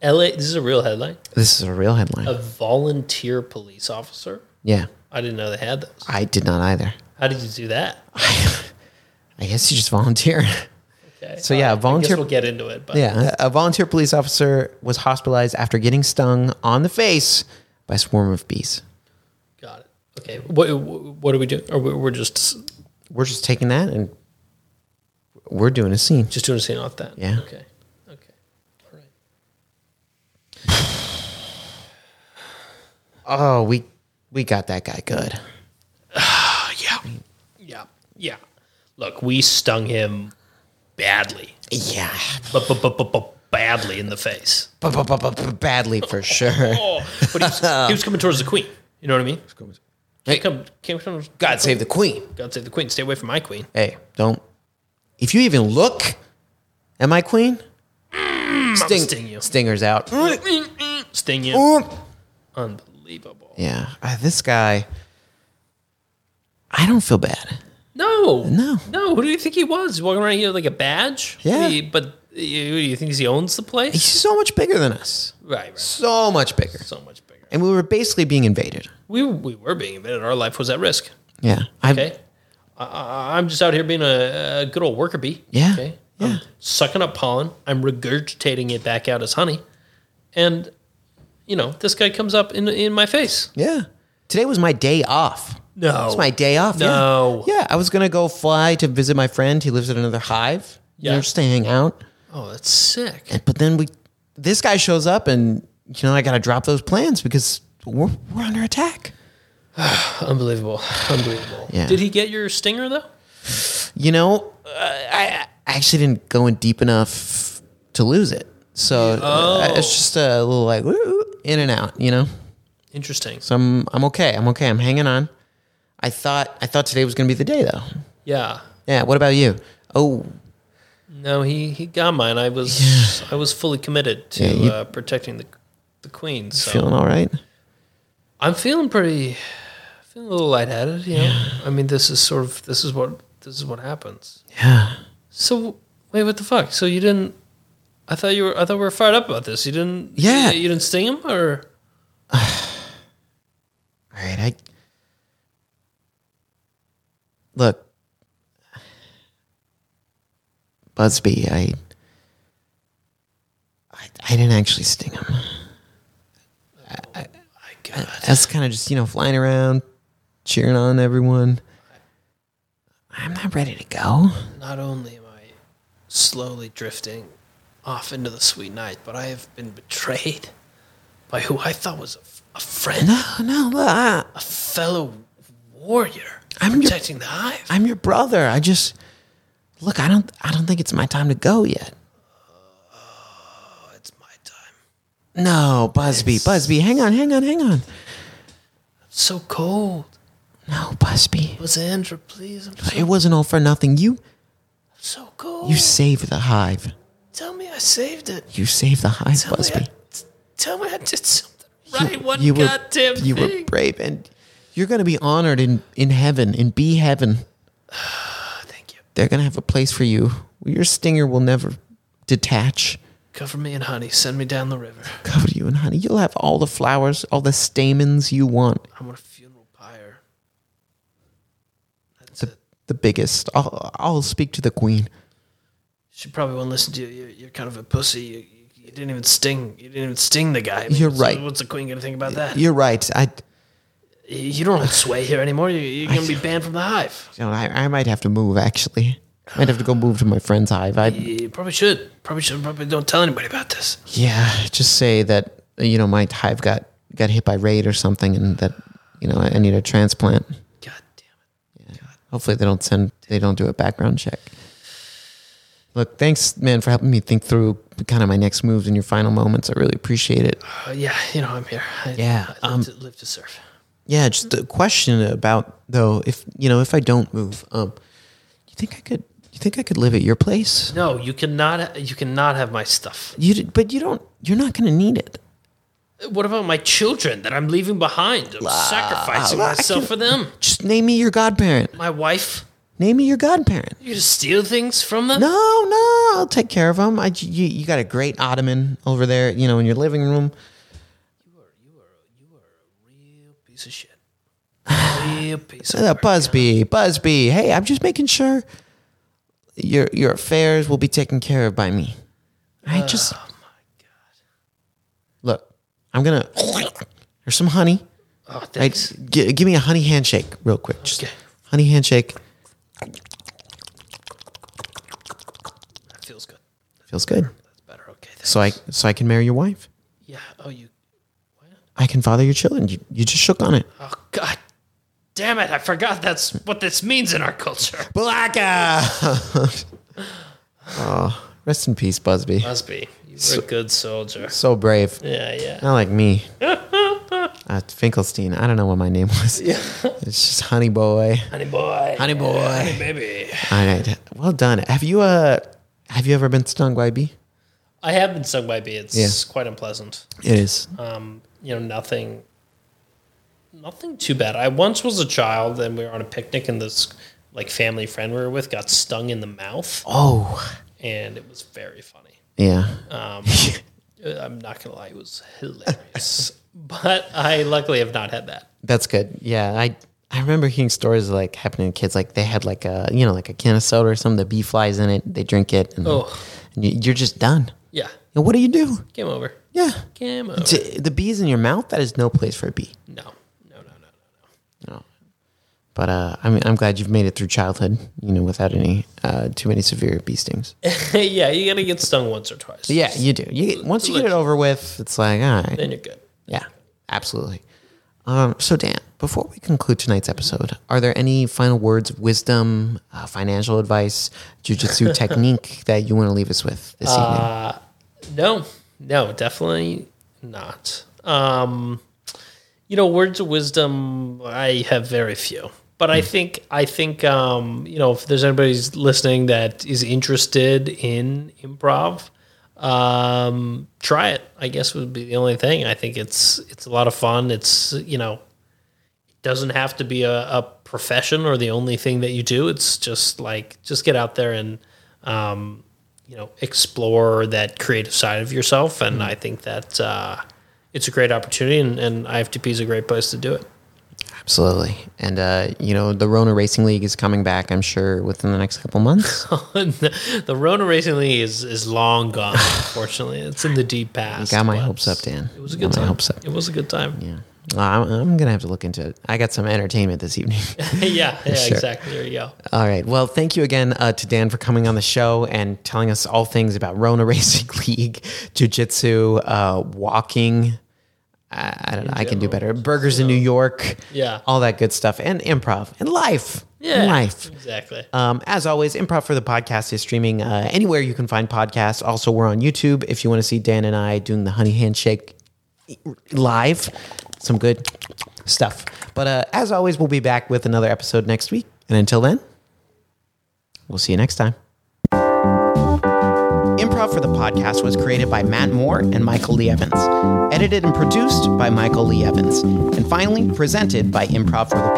Speaker 2: LA. This is a real headline.
Speaker 1: This is a real headline.
Speaker 2: A volunteer police officer.
Speaker 1: yeah,
Speaker 2: I didn't know they had those.
Speaker 1: I did not either. *laughs*
Speaker 2: How did you do that?
Speaker 1: I guess you just volunteer.
Speaker 2: Okay.
Speaker 1: So, yeah,
Speaker 2: I guess
Speaker 1: volunteer-
Speaker 2: we'll get into it, but
Speaker 1: Yeah, a a volunteer police officer was hospitalized after getting stung on the face by a swarm of bees.
Speaker 2: got it. Okay. What What are we doing? Or we- we're just
Speaker 1: We're just taking that and we're doing a scene.
Speaker 2: just doing a scene off that.
Speaker 1: Yeah.
Speaker 2: Okay. Okay. All right.
Speaker 1: Oh, we we got that guy good.
Speaker 2: Uh, Yeah. Yeah. Yeah. Look, we stung him badly.
Speaker 1: Yeah,
Speaker 2: badly in the face.
Speaker 1: badly for sure.
Speaker 2: Oh, but he was, he was coming towards the queen. You know what I mean? Can't come, can't come,
Speaker 1: God *laughs* save the queen.
Speaker 2: God save the queen. Stay away from my queen.
Speaker 1: Hey, don't. If you even look at my queen, sting,
Speaker 2: sting you.
Speaker 1: Stinger's *laughs* out.
Speaker 2: Sting you. Unbelievable.
Speaker 1: Yeah, uh, this guy. I don't feel bad.
Speaker 2: No.
Speaker 1: No.
Speaker 2: No. Who do you think he was? He's Walking around here with, like a badge?
Speaker 1: Yeah.
Speaker 2: He- but uh, who do you think he owns the
Speaker 1: He's
Speaker 2: place?
Speaker 1: so much bigger than us.
Speaker 2: Right, right.
Speaker 1: So much bigger.
Speaker 2: So much bigger.
Speaker 1: And we were basically being invaded.
Speaker 2: We, we were being invaded. Our life was at risk.
Speaker 1: Yeah. I,
Speaker 2: Okay. I- I, I'm just out here being a, a good old worker bee.
Speaker 1: Yeah,
Speaker 2: Okay. I'm sucking up pollen. I'm regurgitating it back out as honey. And, you know, this guy comes up in, in my face.
Speaker 1: Yeah. Today was my day off.
Speaker 2: No.
Speaker 1: It's my day off. yeah.
Speaker 2: No.
Speaker 1: Yeah. I was going to go fly to visit my friend. He lives at another hive. Yeah.
Speaker 2: Yeah.
Speaker 1: just to hang out.
Speaker 2: Oh, that's sick.
Speaker 1: But then we, this guy shows up and you know, I got to drop those plans because we're, we're under attack.
Speaker 2: *laughs* Unbelievable. Unbelievable.
Speaker 1: Yeah.
Speaker 2: Did he get your stinger though?
Speaker 1: You know, uh, I, I actually didn't go in deep enough to lose it. So uh,
Speaker 2: Oh.
Speaker 1: it's just a little like woo, in and out, you know?
Speaker 2: Interesting.
Speaker 1: So I'm, I'm okay. I'm okay. I'm hanging on. I thought, I thought today was going to be the day though.
Speaker 2: Yeah.
Speaker 1: Yeah. What about you? Oh,
Speaker 2: No, he, he got mine. I was I was fully committed to
Speaker 1: Yeah, you-
Speaker 2: uh, protecting the the queen. So
Speaker 1: feeling all right?
Speaker 2: I'm feeling pretty feeling a little lightheaded, you know. I mean this is sort of this is what this is what happens.
Speaker 1: Yeah.
Speaker 2: So wait, what the fuck? So you didn't I thought you were I thought we were fired up about this. You didn't
Speaker 1: Yeah.
Speaker 2: you, didn't sting him or
Speaker 1: All right, I look, Busby. I, I, I didn't actually sting him.
Speaker 2: my god.
Speaker 1: That's kind of just you know flying around, cheering on everyone. I'm not ready to go.
Speaker 2: Not only am I slowly drifting off into the sweet night, but I have been betrayed by who I thought was a, f- a friend,
Speaker 1: No, no, look, I,
Speaker 2: a fellow warrior
Speaker 1: I'm your-
Speaker 2: protecting the hive.
Speaker 1: I'm your brother. I just look. I don't. I don't think it's my time to go yet.
Speaker 2: Oh, it's my time.
Speaker 1: No, Busby, Busby, hang on, hang on, hang on.
Speaker 2: It's so cold.
Speaker 1: No, Busby.
Speaker 2: Lysandra, please. I'm so,
Speaker 1: It wasn't all for nothing. You
Speaker 2: so cold.
Speaker 1: You saved the hive.
Speaker 2: tell me I saved it.
Speaker 1: You saved the hive,
Speaker 2: Tell
Speaker 1: Busby.
Speaker 2: me I, t- tell me I did something right. One
Speaker 1: you
Speaker 2: goddamn
Speaker 1: were, You were
Speaker 2: thing.
Speaker 1: brave, and you're going to be honored in, in heaven, in be heaven.
Speaker 2: Oh, thank you.
Speaker 1: They're going to have a place for you. Your stinger will never detach,
Speaker 2: Cover me in honey. Send me down the river.
Speaker 1: cover you in honey. You'll have all the flowers, all the stamens you want.
Speaker 2: I want a funeral pyre. That's it.
Speaker 1: The biggest. I'll, I'll speak to the queen.
Speaker 2: She probably won't listen to you. You're, you're kind of a pussy. You, you, you didn't even sting. You didn't even sting the guy. I mean,
Speaker 1: You're
Speaker 2: so
Speaker 1: right.
Speaker 2: What's the queen gonna think about that? You,
Speaker 1: You're right. I,
Speaker 2: you don't hold sway here anymore. You, you're gonna be banned from the hive.
Speaker 1: you know, I, I might have to move, actually. I might have to go move to my friend's hive. I,
Speaker 2: You probably should. Probably should. Probably don't tell anybody about this.
Speaker 1: Yeah, just say that you know my hive got got hit by raid or something, and that you know I need a transplant.
Speaker 2: God damn
Speaker 1: Hopefully they don't send they don't do a background check. Look, thanks man for helping me think through kind of my next moves in your final moments. I really appreciate it.
Speaker 2: it. Uh, yeah, you know I'm here. I,
Speaker 1: Yeah,
Speaker 2: I live,
Speaker 1: um,
Speaker 2: to, live to serve.
Speaker 1: Yeah, just a question about though if you know if I don't move, um, you think I could you think I could live at your place?
Speaker 2: No, you cannot. You cannot have my stuff.
Speaker 1: You d- but you don't you're not going to need it.
Speaker 2: What about my children that I'm leaving behind? I'm sacrificing
Speaker 1: I
Speaker 2: myself
Speaker 1: can-
Speaker 2: for them.
Speaker 1: Just name me your godparent.
Speaker 2: My wife.
Speaker 1: Name me your godparent.
Speaker 2: You just steal things from them.
Speaker 1: No, no, I'll take care of them. I, you, you got a great ottoman over there, you know, in your living room.
Speaker 2: piece of shit. Real piece
Speaker 1: *sighs*
Speaker 2: of
Speaker 1: Uh,
Speaker 2: work.
Speaker 1: Busby, Busby, hey, I'm just making sure your your affairs will be taken care of by me. I just look. I'm gonna. There's some honey.
Speaker 2: Oh,
Speaker 1: I,
Speaker 2: thanks.
Speaker 1: g- give me a honey handshake, real quick. Just
Speaker 2: Okay.
Speaker 1: honey handshake.
Speaker 2: That feels good.
Speaker 1: Feels good.
Speaker 2: That's better. Okay. Thanks.
Speaker 1: So I so I can marry your wife.
Speaker 2: Yeah. Oh, you.
Speaker 1: I can father your children. You, you just shook on it.
Speaker 2: Oh, God. Damn it. I forgot that's what this means in our culture. *laughs*
Speaker 1: *laughs* Blackout. oh, rest in peace, Busby.
Speaker 2: Busby, you were a good soldier.
Speaker 1: So brave.
Speaker 2: Yeah, yeah.
Speaker 1: Not like *laughs* me. uh, Finkelstein. I don't know what my name was. It's just Honey Boy.
Speaker 2: Honey boy.
Speaker 1: Honey boy.
Speaker 2: Honey baby.
Speaker 1: All right. Well done. Have you uh have you ever been stung by a bee?
Speaker 2: I have been stung by a bee. It's
Speaker 1: Yeah.
Speaker 2: quite unpleasant.
Speaker 1: It is.
Speaker 2: um, you know, nothing, nothing too bad. I once was a child and we were on a picnic and this like family friend we were with got stung in the mouth
Speaker 1: Oh.
Speaker 2: and it was very funny.
Speaker 1: Yeah.
Speaker 2: Um, uh, I'm not gonna lie, it was hilarious. but I luckily have not had that.
Speaker 1: That's good. Yeah. I I remember hearing stories of, like happening to kids like they had like a you know like a can of soda or something. The bee flies in it. They drink it. And,
Speaker 2: Oh.
Speaker 1: and you- you're just done.
Speaker 2: Yeah,
Speaker 1: And what do you do?
Speaker 2: game over.
Speaker 1: Yeah.
Speaker 2: Game over.
Speaker 1: T- The bee's in your mouth. That is no place for a bee.
Speaker 2: No, no, no, no, no.
Speaker 1: No. But uh, I mean, I'm glad you've made it through childhood, you know, without any uh, too many severe bee stings.
Speaker 2: *laughs* yeah, you gotta get stung once or twice.
Speaker 1: Yeah, you do. You get, once you get it over with, it's like all right.
Speaker 2: Then you're good.
Speaker 1: Yeah, absolutely. Um, so, Dan, before we conclude tonight's episode, are there any final words of wisdom, uh, financial advice,
Speaker 2: *laughs*
Speaker 1: jujitsu technique that you want to leave us with this
Speaker 2: Uh,
Speaker 1: evening?
Speaker 2: No, no, definitely not. Um, you know, words of wisdom, I have very few. But I think I think um, you know if there's anybody who's listening that is interested in improv, um, try it. I guess would be the only thing. I think it's it's a lot of fun. It's you know, it doesn't have to be a, a profession or the only thing that you do. It's just like just get out there and um, you know explore that creative side of yourself. And
Speaker 1: Mm-hmm.
Speaker 2: I think that uh, it's a great opportunity, and, and IFTP is a great place to do it. *laughs*
Speaker 1: Absolutely. And, uh, you know, the Rona Racing League is coming back, I'm sure, within the next couple
Speaker 2: *laughs*
Speaker 1: months.
Speaker 2: the Rona Racing League is, is
Speaker 1: *sighs*
Speaker 2: long gone, unfortunately. It's in the deep past.
Speaker 1: Got my
Speaker 2: but
Speaker 1: hopes up, Dan.
Speaker 2: It was a
Speaker 1: Got
Speaker 2: good
Speaker 1: my
Speaker 2: time.
Speaker 1: hopes up.
Speaker 2: It was a good time. Yeah,
Speaker 1: Uh, I'm, I'm going to have to look into it. I got some entertainment this evening.
Speaker 2: *laughs*
Speaker 1: *laughs*
Speaker 2: yeah,
Speaker 1: Sure.
Speaker 2: exactly. There you go.
Speaker 1: All right. Well, thank you again uh, to Dan for coming on the show and telling us all things about Rona *laughs* Racing League, Jiu Jitsu, uh, walking. I, I don't know. I can do better. Burgers in New York.
Speaker 2: Yeah.
Speaker 1: All that good stuff. And improv and life.
Speaker 2: Yeah,
Speaker 1: Life.
Speaker 2: Exactly.
Speaker 1: Um, as always, Improv for the Podcast is streaming uh, anywhere you can find podcasts. Also, we're on YouTube if you want to see Dan and I doing the honey handshake live. Some good stuff. But uh, as always, we'll be back with another episode next week. And until then, we'll see you next time. Improv for the Podcast was created by Matt Moore and Michael Lee Evans, edited and produced by Michael Lee Evans, and finally presented by Improv for the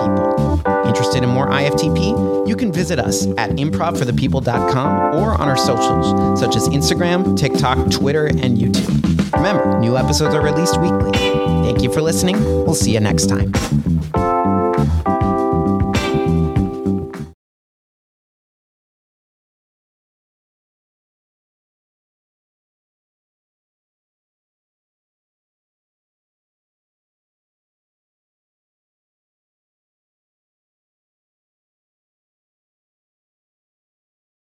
Speaker 1: People. Interested in more IFTP? You can visit us at improvforthepeople.com or on our socials, such as Instagram, TikTok, Twitter, and YouTube. Remember, new episodes are released weekly. Thank you for listening. We'll see you next time.